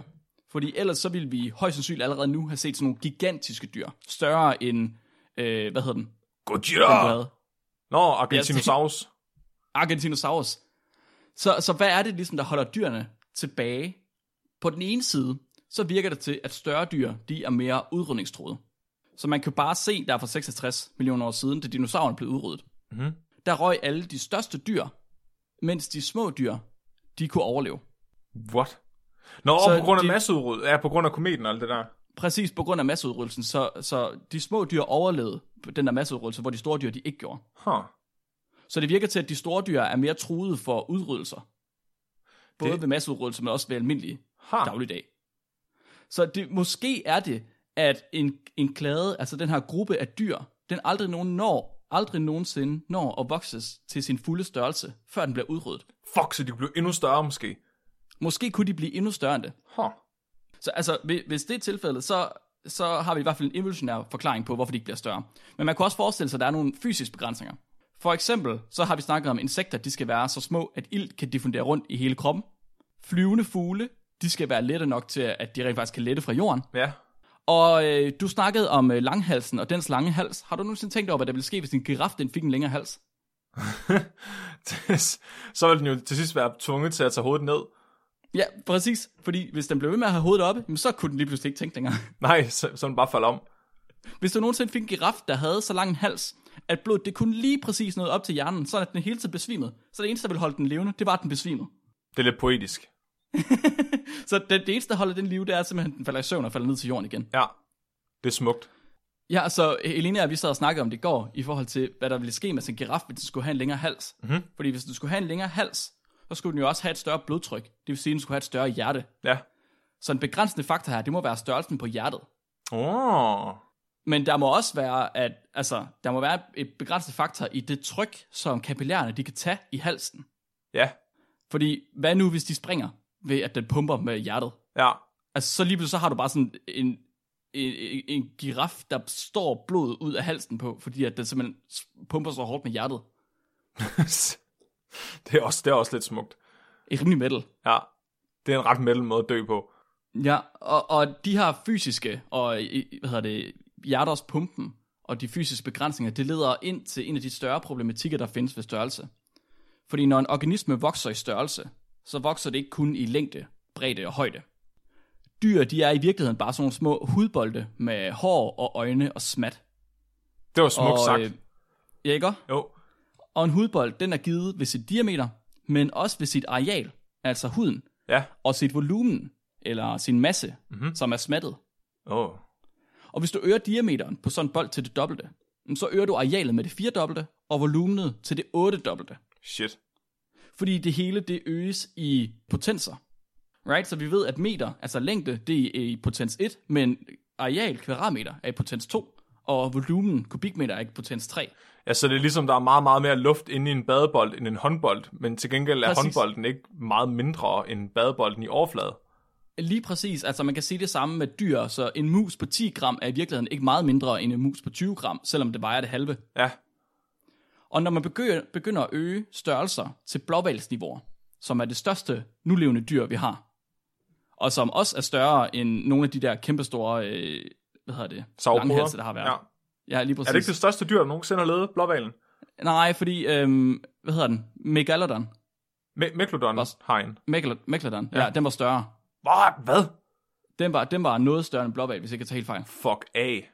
Speaker 1: Fordi ellers så ville vi højst sandsynligt allerede nu have set sådan nogle gigantiske dyr. Større end, øh, hvad hedder den? Den, du
Speaker 2: Godzilla!
Speaker 1: havde.
Speaker 2: Nå, Argentinosaurus.
Speaker 1: Argentinosaurus. Så, så hvad er det ligesom, der holder dyrene tilbage? På den ene side, så virker det til, at større dyr, de er mere udrydningstroede. Så man kan bare se, der er for 66 millioner år siden, da dinosaurerne blev udryddet. Mm-hmm. Der røg alle de største dyr, mens de små dyr, de kunne overleve.
Speaker 2: What? Nå,
Speaker 1: Så
Speaker 2: så på grund af de...
Speaker 1: de-
Speaker 2: masseudryd. Ja, på grund af kometen og alt det der.
Speaker 1: Præcis på grund af masseudryddelsen, så, så de små dyr overlevede den der masseudryddelse, hvor de store dyr, de ikke gjorde.
Speaker 2: Huh.
Speaker 1: Så det virker til, at de store dyr er mere truede for udryddelser. Både
Speaker 2: Det-
Speaker 1: det... ved masseudryddelser, men også ved almindelige
Speaker 2: Ha.
Speaker 1: dagligdag. Så det, måske er det, at en, en klade, altså den her gruppe af dyr, den aldrig nogen når aldrig nogensinde når at vokse til sin fulde størrelse, før den bliver udryddet.
Speaker 2: Fuck, så de blev endnu større måske.
Speaker 1: Måske kunne de blive endnu større end det.
Speaker 2: Huh.
Speaker 1: Så altså, hvi- hvis det er tilfældet, så, så har vi i hvert fald en evolutionær forklaring på, hvorfor de ikke bliver større. Men man kan også forestille sig, at der er nogle fysiske begrænsninger. For eksempel, så har vi snakket om insekter, de skal være så små, at ilt kan diffundere rundt i hele kroppen. Flyvende fugle, de skal være lette nok til, at de rent faktisk kan lette fra jorden.
Speaker 2: Ja. *laughs*
Speaker 1: Og øh, du snakkede om øh, langhalsen og dens lange hals. Har du nogensinde tænkt over, hvad der ville ske, hvis en giraf den fik en længere hals?
Speaker 2: så ville den jo til sidst være tvunget til at tage hovedet ned.
Speaker 1: Ja, præcis. Fordi hvis den blev ved med at have hovedet oppe, jamen, så kunne den lige pludselig ikke tænke længere. *laughs*
Speaker 2: Nej, så, så den bare falder om.
Speaker 1: Hvis du nogensinde fik en giraf, der havde så lang en hals, at blodet det kunne lige præcis noget op til hjernen, så at den hele tiden besvimede. Så det eneste, der ville holde den levende, det var, at den besvimede.
Speaker 2: Det er lidt poetisk.
Speaker 1: Så det, det eneste, der holder den live, det er simpelthen, at den falder i søvn og falder ned til jorden igen.
Speaker 2: Ja, det er smukt.
Speaker 1: Ja, så Elena og vi sad og snakkede om det i går, i forhold til, hvad der ville ske med sådan en giraf, hvis den skulle have en længere hals. Mm-hmm. Fordi hvis den skulle have en længere hals, så skulle den jo også have et større blodtryk. Det vil sige, at den skulle have et større hjerte.
Speaker 2: Ja.
Speaker 1: Så en begrænsende faktor her, det må være størrelsen på hjertet.
Speaker 2: Åh. Oh.
Speaker 1: Men der må også være, at altså, der må være et begrænset faktor i det tryk, som kapillærerne de kan tage i halsen.
Speaker 2: Ja,
Speaker 1: Fordi hvad nu, hvis de springer ved, at den pumper med hjertet?
Speaker 2: ja. *laughs*
Speaker 1: Altså, så lige pludselig så har du bare sådan en, en, en, en giraf, der står blodet ud af halsen på, fordi at den simpelthen s- pumper så hårdt med hjertet.
Speaker 2: det, er også, det er også lidt smukt.
Speaker 1: Et rimelig metal.
Speaker 2: Ja, det er en ret metal måde at dø på.
Speaker 1: Ja, og, og de her fysiske, og i- hvad hedder det, hjerters pumpen, og de fysiske begrænsninger, det leder ind til en af de større problematikker, der findes ved størrelse. Fordi når en organisme vokser i størrelse, så vokser det ikke kun i længde, bredde og højde. Dyr, de er i virkeligheden bare sådan nogle små hudbolde med hår og øjne og smat.
Speaker 2: Det var smukt
Speaker 1: og,
Speaker 2: sagt.
Speaker 1: øh, ja, ikke? også?
Speaker 2: jo,
Speaker 1: Og en hudbold, den er givet ved sit diameter, men også ved sit areal, altså huden,
Speaker 2: ja.
Speaker 1: og sit volumen, eller sin masse,
Speaker 2: Mhm.
Speaker 1: mm-hmm. som er smattet.
Speaker 2: Åh. Oh.
Speaker 1: Og hvis du øger diameteren på sådan en bold til det dobbelte, jamen, så øger du arealet med det firedobbelte, og volumenet til det ottedobbelte.
Speaker 2: Shit.
Speaker 1: Fordi det hele, det øges i potenser. Right? Så vi ved, at meter, altså længde, det er i potens 1, men areal, kvadratmeter, er i potens 2, og volumen, kubikmeter, er i potens 3.
Speaker 2: Ja, så det er ligesom, der er meget, meget mere luft inde i en badebold end en håndbold, men til gengæld er
Speaker 1: Præcis.
Speaker 2: håndbolden ikke meget mindre end badebolden i overfladen.
Speaker 1: Lige præcis, altså man kan sige det samme med dyr, så en mus på 10 gram er i virkeligheden ikke meget mindre end en mus på 20 gram, selvom det vejer det halve.
Speaker 2: Ja,
Speaker 1: Og når man begynder, begynder at øge størrelser til blåvalsniveauer, som er det største nulevende dyr, vi har, og som også er større end nogle af de der kæmpestore, øh, hvad hedder det,
Speaker 2: savbrødre.
Speaker 1: langhalse, der har været.
Speaker 2: Ja.
Speaker 1: Ja, ja lige præcis.
Speaker 2: Er det ikke det største dyr, der nogensinde har levet? Blåvalen?
Speaker 1: Nej, fordi, øhm, hvad hedder den, Megalodon,
Speaker 2: Me- Megalodon
Speaker 1: Hvad?
Speaker 2: har en.
Speaker 1: Megalo- Megalodon, ja. ja, den var større.
Speaker 2: Hvad? Hvad?
Speaker 1: Den var, den var noget større end blåval, hvis jeg ikke tager helt fejl.
Speaker 2: Fuck af.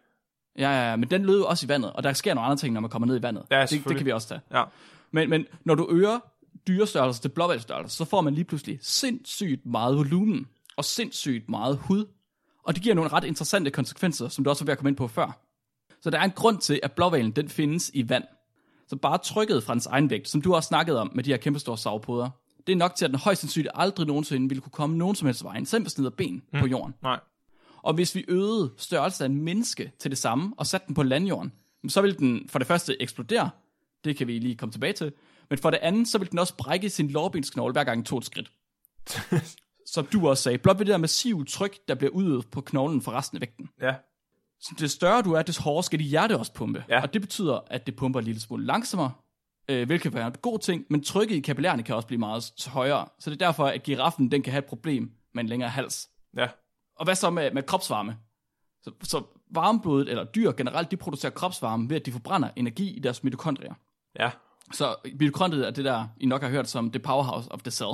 Speaker 1: Ja, ja, ja, men den lød jo også i vandet, og der sker nogle andre ting, når man kommer ned i vandet.
Speaker 2: Ja,
Speaker 1: det, det
Speaker 2: selvfølgelig.
Speaker 1: kan vi også tage.
Speaker 2: Ja.
Speaker 1: Men, men når du øger dyrestørrelser til blåvalgstørrelser, så får man lige pludselig sindssygt meget volumen og sindssygt meget hud. Og det giver nogle ret interessante konsekvenser, som du også var ved at komme ind på før. Så der er en grund til, at blåvalen den findes i vand. Så bare trykket fra dens egen vægt, som du også snakkede om med de her kæmpestore savpoder, det er nok til, at den højst sandsynligt aldrig nogensinde ville kunne komme nogen som helst vejen, selv med sned og ben mm. på jorden.
Speaker 2: Nej.
Speaker 1: Og hvis vi øgede størrelsen af en menneske til det samme, og satte den på landjorden, så ville den for det første eksplodere, det kan vi lige komme tilbage til, men for det andet, så ville den også brække sin lårbensknogle hver gang den tog et skridt. Som du også sagde, blot ved det der massive tryk, der bliver udøvet på knoglen for resten af vægten.
Speaker 2: Ja.
Speaker 1: Så det større du er, des hårdere skal dit hjerte også pumpe.
Speaker 2: Ja.
Speaker 1: Og det betyder, at det pumper en lille smule langsommere, øh, hvilket kan være en god ting, men trykket i kapillærerne kan også blive meget højere. Så det er derfor, at giraffen den kan have et problem med en længere hals.
Speaker 2: Ja.
Speaker 1: Og hvad så med, med kropsvarme? Så, så varmeblodet, eller dyr generelt, de producerer kropsvarme ved, at de forbrænder energi i deres mitokondrier.
Speaker 2: Ja.
Speaker 1: Så mitokondriet er det der, I nok har hørt som the powerhouse of the cell.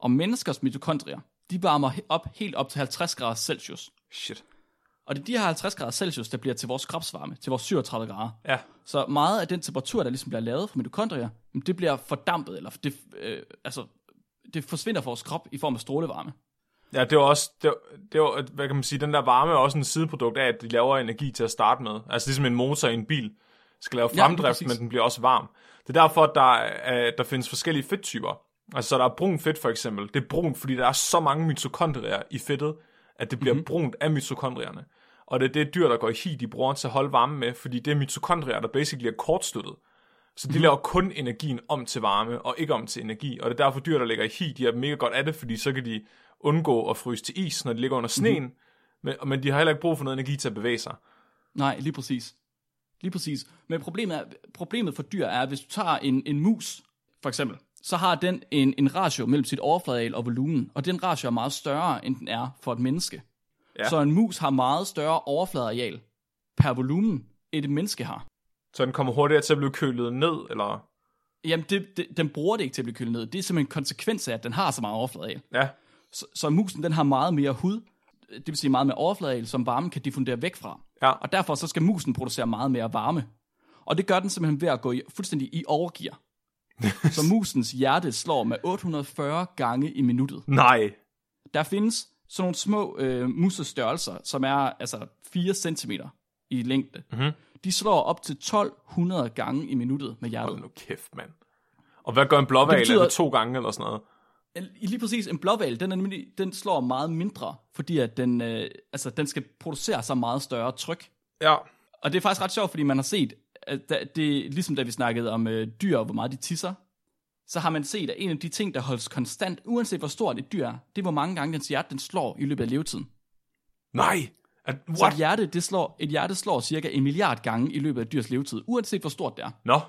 Speaker 1: Og menneskers mitokondrier, de varmer he- op helt op til 50 grader Celsius.
Speaker 2: Shit.
Speaker 1: Og det er de her 50 grader Celsius, der bliver til vores kropsvarme, til vores 37 grader.
Speaker 2: Ja.
Speaker 1: Så meget af den temperatur, der ligesom bliver lavet fra mitokondrier, jamen, det bliver fordampet, eller det, øh, altså, det forsvinder fra vores krop i form af strålevarme.
Speaker 2: Ja, det var også, det var, det var, hvad kan man sige, den der varme er også en sideprodukt af, at de laver energi til at starte med. Altså ligesom en motor i en bil skal lave
Speaker 1: lige
Speaker 2: fremdrift,
Speaker 1: præcis.
Speaker 2: ja, men den bliver også varm. Det er derfor, at der, er- der findes forskellige fedttyper. Altså så der er brun fedt for eksempel. Mhm. Det er brunt, fordi der er så mange mitokondrier i fedtet, at det bliver mm-hmm. brunt af mitokondrierne. Og det er det dyr, der går i hi, de bruger til at holde varme med, fordi det er mitokondrier, der basically er kortsluttet. Så de mm. laver kun energien om til varme, og ikke om til energi. Og det er derfor dyr, der ligger i hi, de er mega godt af det, fordi så kan de undgå at fryse til is, når de ligger under sneen.
Speaker 1: Mhm.
Speaker 2: Mm. Men, men de har heller ikke brug for noget energi til at bevæge sig.
Speaker 1: Nej, lige præcis. Lige præcis. Men problemet, er, problemet for dyr er, at hvis du tager en, en mus, for eksempel, så har den en, en ratio mellem sit overfladeal og volumen, og den ratio er meget større, end den er for et menneske.
Speaker 2: Ja.
Speaker 1: Ja. Så en mus har meget større overfladeareal per volumen, end et menneske har.
Speaker 2: Så den kommer hurtigere til at blive kølet ned, eller...
Speaker 1: Jamen, det, det, den bruger det ikke til at blive kølet ned. Det er simpelthen en konsekvens af, at den har så meget overfladeal.
Speaker 2: Ja,
Speaker 1: Så, så musen, den har meget mere hud, det vil sige meget mere overfladeal, som varmen kan diffundere væk fra.
Speaker 2: Ja.
Speaker 1: Og derfor så skal musen producere meget mere varme. Og det gør den simpelthen ved at gå i, fuldstændig i
Speaker 2: *laughs*
Speaker 1: overgear. så musens hjerte slår med 840 gange i minuttet.
Speaker 2: nej.
Speaker 1: Der findes sådan nogle små øh, musestørrelser, som er altså 4 cm i længde.
Speaker 2: Mhm.
Speaker 1: Mm-hmm. De slår op til 1200 gange i minuttet med hjertet.
Speaker 2: Hold nu kæft, mand. Og hvad gør en blåval?
Speaker 1: Det betyder-
Speaker 2: Betyder... Er det to gange eller sådan noget?
Speaker 1: En- Lige præcis, en blåval, den, er nemlig, den slår meget mindre, fordi at den, øh, altså, den skal producere så meget større tryk.
Speaker 2: Ja.
Speaker 1: Og det er faktisk ret sjovt, fordi man har set, at da- det er ligesom da vi snakkede om øh, dyr og hvor meget de tisser, så har man set, at en af de ting, der holdes konstant, uanset hvor stort et dyr er, det er, hvor mange gange dens hjerte den slår i løbet af levetiden.
Speaker 2: Nej. At,
Speaker 1: Så
Speaker 2: what?
Speaker 1: et hjerte, det slår, et hjerte slår cirka en milliard gange i løbet af et dyrs levetid, uanset hvor stort det er.
Speaker 2: Nå.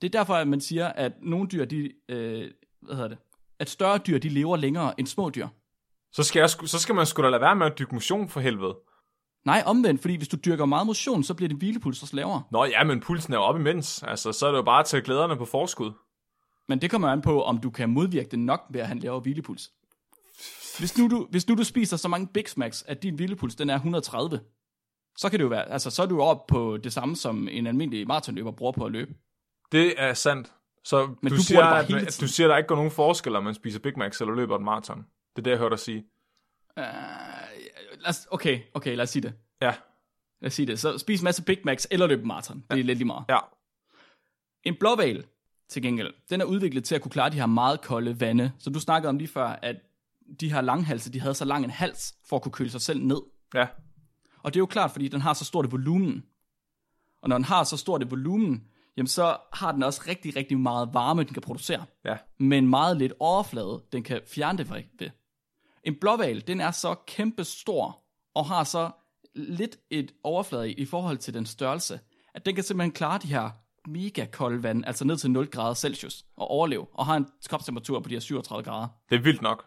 Speaker 1: Det er derfor, at man siger, at nogle dyr, de, øh, hvad hedder det, at større dyr, de lever længere end små dyr.
Speaker 2: Så skal, jeg, sku- så skal man sgu da lade være med at dykke motion for helvede.
Speaker 1: Nej, omvendt, fordi hvis du dyrker meget motion, så bliver din hvilepuls også lavere.
Speaker 2: Nå ja, men pulsen er jo op imens. Altså, så er det jo bare at tage glæderne på forskud.
Speaker 1: Men det kommer an på, om du kan modvirke det nok ved at han laver hvilepuls. Hvis nu, du, hvis nu du spiser så mange Big Macs, at din hvilepuls den er 130, så kan det jo være, altså så er du jo oppe på det samme, som en almindelig maratonløber bruger på at løbe.
Speaker 2: Det er sandt. Så Men du,
Speaker 1: du
Speaker 2: du,
Speaker 1: bruger
Speaker 2: siger,
Speaker 1: det bare
Speaker 2: at,
Speaker 1: hele
Speaker 2: at,
Speaker 1: tiden.
Speaker 2: du siger, at der ikke går nogen forskel, om man spiser Big Macs eller løber en maraton. Det er det, jeg hørte dig sige.
Speaker 1: Uh, lad os, okay, okay, lad os sige det.
Speaker 2: Ja,
Speaker 1: Lad os sige det. Så spis en masse Big Macs eller løb en maraton. Det er lidt lige meget.
Speaker 2: ja.
Speaker 1: En blåval, til gengæld, den er udviklet til at kunne klare de her meget kolde vande. Så du snakkede om lige før, at de her langhalse, de havde så lang en hals, for at kunne køle sig selv ned.
Speaker 2: ja.
Speaker 1: Og det er jo klart, fordi den har så stort et volumen. Og når den har så stort et volumen, jamen så har den også rigtig, rigtig meget varme, den kan producere.
Speaker 2: Ja.
Speaker 1: Men meget lidt overflade, den kan fjerne det fra- ved. En blåval, den er så kæmpe stor, og har så lidt et overflade i forhold til den størrelse, at den kan simpelthen klare de her mega kolde vand, altså ned til 0 grader Celsius, og overleve, og har en kropstemperatur på de her 37 grader.
Speaker 2: Det er vildt nok.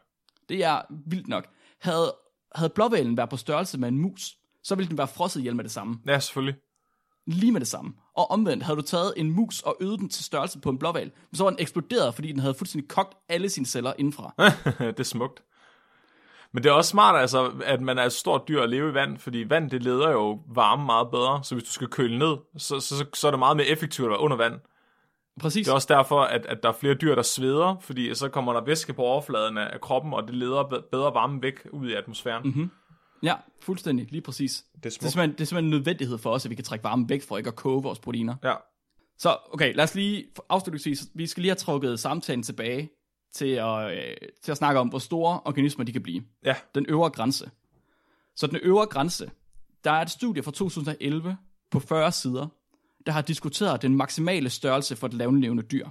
Speaker 1: Det er vildt nok. Havde, havde blåvalen været på størrelse med en mus, så ville den være frosset ihjel med det samme.
Speaker 2: Ja, selvfølgelig. *laughs*
Speaker 1: Lige med det samme. Og omvendt, havde du taget en mus og øget den til størrelse på en blåval, så var den eksploderet, fordi den havde fuldstændig kogt alle sine celler indenfra.
Speaker 2: det er smukt. Men det er også smart, altså, at man er et stort dyr at leve i vand, fordi vand, det leder jo varme meget bedre, så hvis du skal køle ned, så, så, så, så er det meget mere effektivt at være under vand.
Speaker 1: Præcis.
Speaker 2: Det er også derfor, at, at der er flere dyr, der sveder, fordi så kommer der væske på overfladen af af kroppen, og det leder be- bedre varme væk ud i atmosfæren.
Speaker 1: Mhm.
Speaker 2: Mm-hmm.
Speaker 1: Ja, fuldstændig. Lige præcis. Det
Speaker 2: er smukt.
Speaker 1: det, er simpelthen, det er simpelthen en nødvendighed for os, at vi kan trække varmen væk for ikke at koge vores proteiner.
Speaker 2: Ja.
Speaker 1: Så okay, lad os lige afslutningsvis, vi skal lige have trukket samtalen tilbage til at, øh, til at snakke om, hvor store organismer de kan blive.
Speaker 2: Ja.
Speaker 1: Den øvre grænse. Så den øvre grænse, der er et studie fra 2011 på 40 sider, der har diskuteret den maksimale størrelse for et lavnlevende dyr.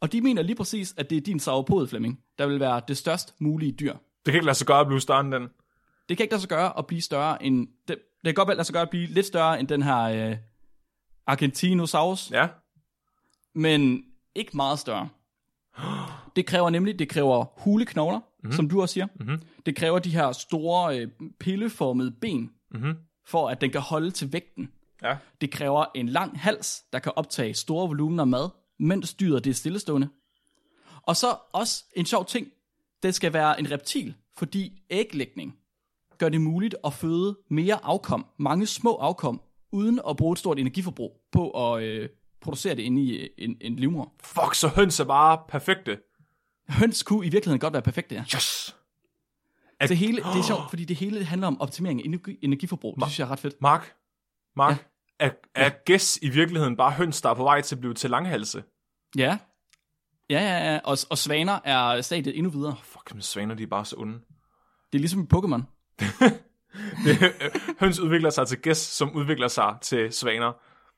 Speaker 1: Og de mener lige præcis, at det er din sauropod, Flemming, der vil være det størst mulige dyr.
Speaker 2: Det kan ikke lade sig gøre at blive større end den.
Speaker 1: Det kan ikke lade sig gøre at blive større end... Det, det kan godt lade sig gøre at blive lidt større end den her øh, Argentinosaurus,
Speaker 2: Ja.
Speaker 1: men ikke meget større. Det kræver nemlig, det kræver hule knogler, mm-hmm. som du også siger. Mm-hmm. Det kræver de her store øh, pilleformede ben, mm-hmm. for at den kan holde til vægten.
Speaker 2: Ja.
Speaker 1: Det kræver en lang hals, der kan optage store volumener mad, mens dyret det er stillestående. Og så også en sjov ting, det skal være en reptil, fordi æglægning gør det muligt at føde mere afkom, mange små afkom, uden at bruge et stort energiforbrug på at øh, producere det inde i øh, en, en livmor.
Speaker 2: Fuck, så høns er bare perfekte.
Speaker 1: Høns kunne i virkeligheden godt være perfekte her.
Speaker 2: Yes!
Speaker 1: Ja. Det, hele, det er sjovt, fordi det hele handler om optimering af energi- energiforbrug. Det synes jeg er ret fedt.
Speaker 2: Mark, Mark, ja. er, er gæs i virkeligheden bare høns, der er på vej til at blive til langhalse?
Speaker 1: Ja. Ja, ja, ja. Og, og svaner er stadiet endnu videre. *laughs*
Speaker 2: Fuck, men svaner, de er bare så onde.
Speaker 1: Det er ligesom i Pokémon.
Speaker 2: Høns udvikler sig til gæs, som udvikler sig til svaner.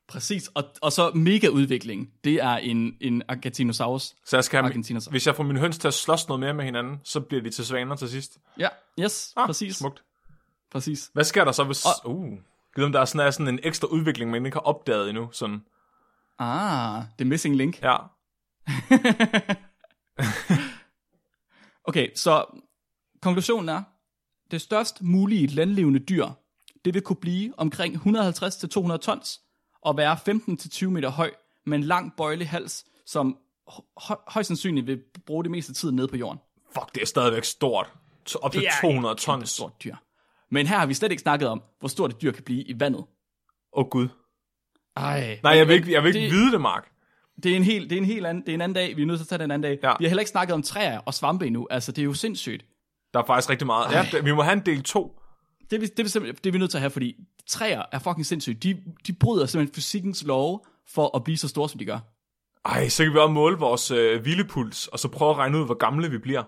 Speaker 1: Præcis, og, og så mega udvikling. Det er en, en Argentinosaurus.
Speaker 2: Så jeg skal have,
Speaker 1: Argentiners-
Speaker 2: hvis jeg får mine høns til at slås noget mere med hinanden, så bliver de til svaner til sidst.
Speaker 1: Ja, yes, ah,
Speaker 2: Ah,
Speaker 1: præcis.
Speaker 2: Smukt.
Speaker 1: Præcis.
Speaker 2: Hvad sker der så, hvis... Uh, gider om der er sådan, er sådan en ekstra udvikling, man ikke har opdaget endnu. Sådan,
Speaker 1: Ah, the missing link.
Speaker 2: ja.
Speaker 1: Okay, så konklusionen er, det størst mulige landlevende dyr, det vil kunne blive omkring 150-200 tons, og være 15-20 meter høj, med en lang bøjlig hals, som hø- højst sandsynligt vil bruge det meste af tiden nede på jorden.
Speaker 2: Fuck, det er stadigvæk stort. To- Op til
Speaker 1: Det er
Speaker 2: 200
Speaker 1: Et
Speaker 2: tons. Åh
Speaker 1: stort dyr. Men her har vi slet ikke snakket om, hvor stort et dyr kan blive i vandet.
Speaker 2: oh, gud.
Speaker 1: Ej,
Speaker 2: Nej,
Speaker 1: men-
Speaker 2: jeg
Speaker 1: men
Speaker 2: vil ikke, jeg vil ikke
Speaker 1: det,
Speaker 2: vide det, Mark.
Speaker 1: Det er en helt, det er en helt anden, det er en anden dag. Vi er nødt til at tage den anden dag.
Speaker 2: Ja.
Speaker 1: Vi har heller ikke snakket om træer og svampe endnu. Altså, det er jo sindssygt.
Speaker 2: Der er faktisk rigtig meget. Ja, vi må have en del 2.
Speaker 1: Det er, vi- det, er vi simpelthen- det er vi nødt til at have, fordi træer er fucking sindssygt. De, de bryder simpelthen fysikkens lov for at blive så store, som de gør.
Speaker 2: Ej, så kan vi også måle vores øh, hvilepuls, og så prøve at regne ud, hvor gamle vi bliver.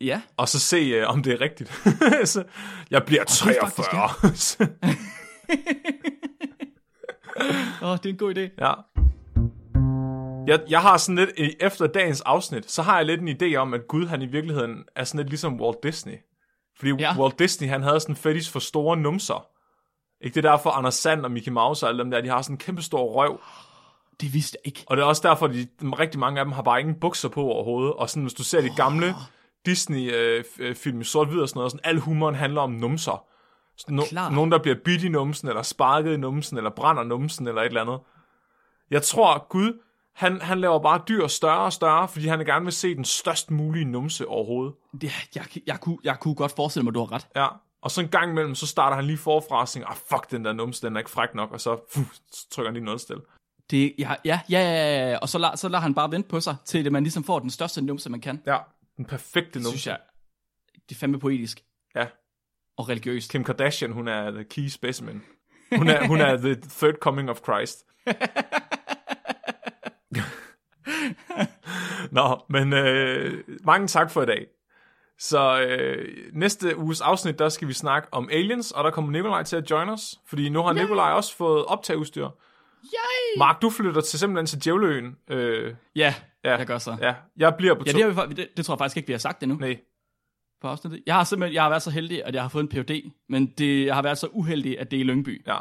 Speaker 1: Ja,
Speaker 2: Og så se, øh, om det er rigtigt. *laughs* så, jeg bliver
Speaker 1: faktisk
Speaker 2: *laughs* 43.
Speaker 1: Åh, det er en god idé.
Speaker 2: ja. Jeg, jeg har sådan lidt, øh, efter dagens afsnit, så har jeg lidt en idé om, at Gud han i virkeligheden er sådan lidt ligesom Walt Disney. Fordi
Speaker 1: Ja.
Speaker 2: ja. Walt Disney, han havde sådan fetis for store numser. Ikke det er derfor, Anders Sand og Mickey Mouse og alle dem der, de har sådan en kæmpe stor røv.
Speaker 1: Det vidste jeg ikke.
Speaker 2: Og det er også derfor, at de, rigtig mange af dem har bare ingen bukser på overhovedet. Og sådan, hvis du ser de gamle øh, Disney-film i sort-hvid og sådan noget, sådan, al humoren handler om numser. Sådan No,
Speaker 1: Klart.
Speaker 2: nogen, der bliver bidt i numsen, eller sparket i numsen, eller brænder numsen, eller et eller andet. Jeg tror, Gud, han, han laver bare dyr større og større, fordi han gerne vil se den størst mulige numse overhovedet.
Speaker 1: Det, jeg, jeg, jeg, kunne, jeg kunne godt forestille mig, at du har ret.
Speaker 2: Ja. Og så en gang imellem, så starter han lige forfra og siger, ah, fuck, den der numse, den er ikke fræk nok, og så, fuh, så trykker han lige noget stille.
Speaker 1: Det, ja, ja, ja, ja, ja, ja, og så, la, så lader han bare vente på sig, til at man ligesom får den største numse, man kan.
Speaker 2: Ja, den perfekte
Speaker 1: Det
Speaker 2: numse.
Speaker 1: synes jeg, det er fandme poetisk
Speaker 2: Ja.
Speaker 1: og religiøst.
Speaker 2: Kim Kardashian, hun er the key specimen. Hun er, hun er the third coming of Christ. Nå, men øh, mange tak for i dag. Så øh, næste uges afsnit, der skal vi snakke om aliens, og der kommer Nikolaj til at join os, fordi nu har Nikolaj også fået optageudstyr. Yay! Mark, du flytter til simpelthen til Djævleøen. Øh,
Speaker 1: Ja,
Speaker 2: ja,
Speaker 1: jeg gør så.
Speaker 2: Ja, jeg bliver på
Speaker 1: Ja,
Speaker 2: to-
Speaker 1: det, har vi, det, det tror jeg faktisk ikke, vi har sagt endnu
Speaker 2: Nej,
Speaker 1: på afsnittet. Jeg har simpelthen jeg har været så heldig, at jeg har fået en PhD, men det, jeg har været så uheldig, at det er i Lyngby.
Speaker 2: ja.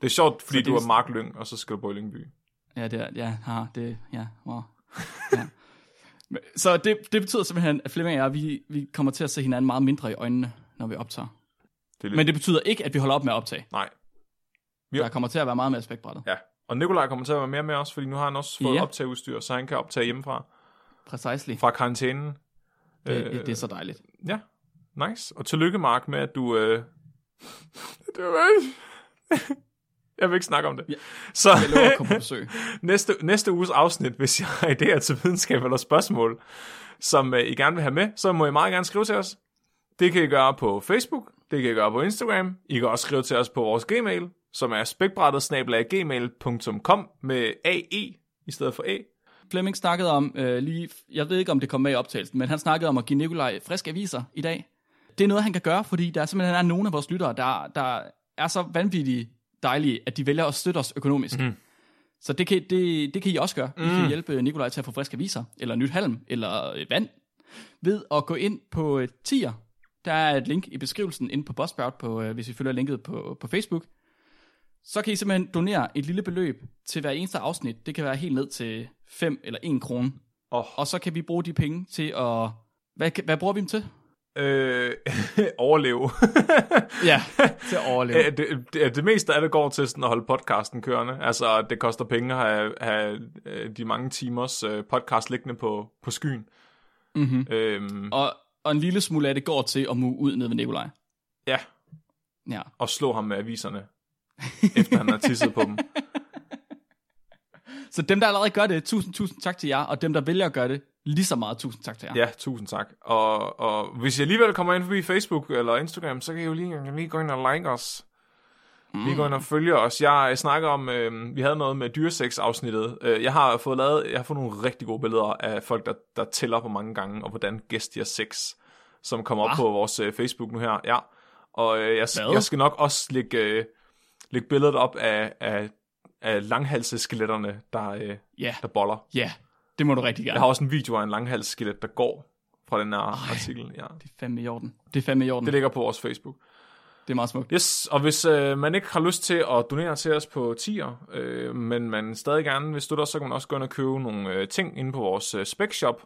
Speaker 2: Det er sjovt, fordi
Speaker 1: det
Speaker 2: du
Speaker 1: er-
Speaker 2: er Mark Lyng, og så skal du på i Lyngby.
Speaker 1: Ja, det er, ja, har, det, ja, wow. Ja. Men- Så det, det betyder simpelthen, at Flemming og jeg, vi, vi kommer til at se hinanden meget mindre i øjnene, når vi optager.
Speaker 2: Det er lidt...
Speaker 1: Men det betyder ikke, at vi holder op med at optage.
Speaker 2: Nej, Ja.
Speaker 1: Der kommer til at være meget mere aspektbrættet.
Speaker 2: Ja, og Nikolaj kommer til at være mere med os, fordi nu har han også fået
Speaker 1: Ja.
Speaker 2: ja. optageudstyr, så han kan optage hjemmefra,
Speaker 1: Precisely.
Speaker 2: fra karantænen.
Speaker 1: Det,
Speaker 2: Øh,
Speaker 1: det, det er så dejligt.
Speaker 2: Ja, nice. Og tillykke, Mark, med at du...
Speaker 1: *laughs*
Speaker 2: Øh... det var... jeg vil ikke snakke om det. Ja. Så
Speaker 1: Jeg lover at komme på besøg.
Speaker 2: næste, næste uges afsnit, hvis jeg har idéer til videnskab eller spørgsmål, som øh, I gerne vil have med, så må I meget gerne skrive til os. Det kan I gøre på Facebook, det kan I gøre på Instagram, I kan også skrive til os på vores gmail, som er spækbrættet-gmail.com med AE i stedet for A.
Speaker 1: Flemming snakkede om øh, lige, jeg ved ikke om det kom med i optagelsen, men han snakkede om at give Nikolaj friske aviser i dag. Det er noget, han kan gøre, fordi der simpelthen er nogle af vores lyttere, der, der er så vanvittigt dejlige, at de vælger at støtte os økonomisk. Mm. Så det kan, det, det kan I også gøre. Mm. I kan hjælpe Nikolaj til at få friske aviser, eller nyt halm, eller øh, vand, ved at gå ind på øh, tier. Der er et link i beskrivelsen inde på Buzzsprout, på, øh, hvis I følger linket på, på Facebook så kan I simpelthen donere et lille beløb til hver eneste afsnit. Det kan være helt ned til 5 eller 1 krone.
Speaker 2: Oh.
Speaker 1: Og så kan vi bruge de penge til at... Hvad, kan- hvad bruger vi dem
Speaker 2: *laughs*
Speaker 1: til?
Speaker 2: Øh, *laughs* overleve.
Speaker 1: Ja, til at overleve.
Speaker 2: Øh, det, det, det meste af det går til sådan at holde podcasten kørende. Altså, det koster penge at have, have øh, de mange timers øh, podcast liggende på, på skyen. Mm-hmm. Øhm,
Speaker 1: Og, og en lille smule af det går til at mue ud ned ved Nikolaj.
Speaker 2: ja,
Speaker 1: Ja.
Speaker 2: og slå ham med aviserne, efter han har tisset på dem.
Speaker 1: Så dem, der allerede gør det, tusind, tusind tak til jer. Og dem, der vælger at gøre det, lige så meget tusind tak til jer.
Speaker 2: Ja, tusind tak. Og, og hvis jeg alligevel kommer ind forbi Facebook eller Instagram, så kan I jo lige, lige gå ind og like os. Lige gå ind og følge os. Jeg øh, snakker om, øh, vi havde noget med dyresex-afsnittet. Øh, jeg har fået lavet, jeg har fået nogle rigtig gode billeder af folk, der, der tæller på mange gange, og hvordan gæst de har sex, som kommer op på vores øh, Facebook nu her. Ja. Og øh, jeg,
Speaker 1: Hvad?
Speaker 2: jeg skal nok også lægge, øh, lægge billedet op af, af, af langhalseskeletterne, der, øh,
Speaker 1: Ja,
Speaker 2: der boller.
Speaker 1: ja. Det må du rigtig gerne.
Speaker 2: Jeg har også en video af en langhalsskelet, der går fra den her artikel. Ja.
Speaker 1: Det er fandme i orden. Det er fandme i orden.
Speaker 2: Det
Speaker 1: Det,
Speaker 2: ligger på vores Facebook.
Speaker 1: det er meget smukt.
Speaker 2: Yes, og hvis øh, man ikke har lyst til at donere til os på tier, øh, men man stadig gerne vil støtte os, så kan man også gå ind og købe nogle øh, ting inde på vores øh, spec shop,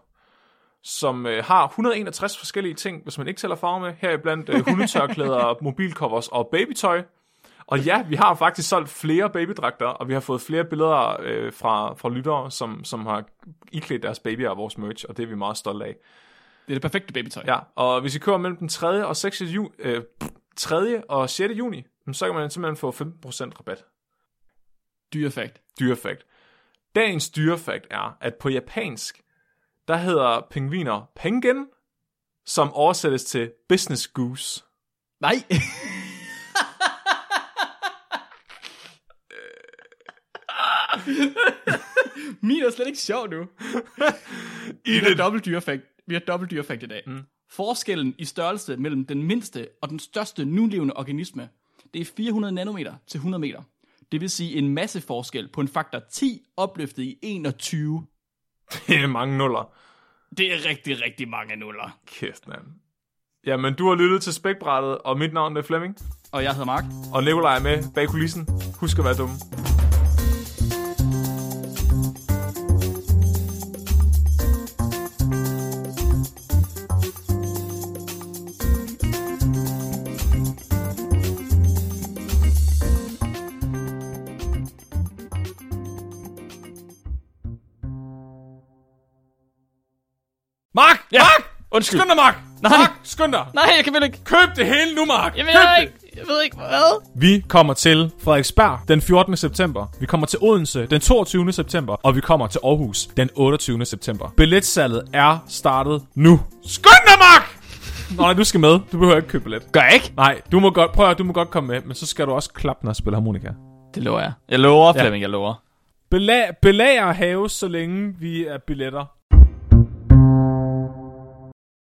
Speaker 2: som øh, har 161 forskellige ting, hvis man ikke tæller farve med, heriblandt øh, hundetørklæder, mobilcovers og babytøj. Og ja, vi har faktisk solgt flere babydragter, og vi har fået flere billeder øh, fra, fra lyttere, som, som har iklædt deres babyer af vores merch, og det er vi meget stolte af.
Speaker 1: Det er det perfekte babytøj.
Speaker 2: Ja, og hvis I køber mellem den 3. og 6. Ju- øh, pff, 3. og 6. juni, jamen, så kan man simpelthen få 15% rabat.
Speaker 1: Dyrefakt.
Speaker 2: Dyrefakt. Dagens dyrefakt er, at på japansk, der hedder pingviner pengen, som oversættes til business goose.
Speaker 1: Nej! *laughs* Min er slet ikke sjov nu. Vi har dobbelt dyrefakt. Vi har dobbelt dyrefakt i dag. Mm. Forskellen i størrelse mellem den mindste og den største nulevende organisme, det er 400 nanometer til 100 meter. Det vil sige en masse forskel på en faktor 10 opløftet i 21.
Speaker 2: Det er mange nuller.
Speaker 1: Det er rigtig, rigtig mange nuller.
Speaker 2: Kæft, mand. Jamen, du har lyttet til spækbrættet, og mit navn er Flemming,
Speaker 1: Og jeg hedder Mark.
Speaker 2: og Nikolaj er med bag kulissen. Husk at være dumme.
Speaker 4: Mark! Ja. Mark!
Speaker 1: Undskyld.
Speaker 4: Skynd dig, Mark!
Speaker 1: Nej.
Speaker 4: Mark, skynd dig!
Speaker 1: Nej, jeg kan vel ikke.
Speaker 4: Køb det hele nu, Mark!
Speaker 1: Jeg ved ikke. Jeg ved ikke, hvad?
Speaker 4: Vi kommer til Frederiksberg den 14. september. Vi kommer til Odense den 22. september. Og vi kommer til Aarhus den 28. september. Billetsalget er startet nu. Skynd dig, Mark! Nå, nej, du skal med. Du behøver ikke købe billet.
Speaker 1: Gør jeg ikke?
Speaker 4: Nej, du må godt, prøv at, høre, du må godt komme med, men så skal du også klappe, når jeg spiller harmonika.
Speaker 1: Det lover jeg. Jeg lover, Flemming, jeg lover.
Speaker 4: Belag, belager haves, så længe vi er billetter.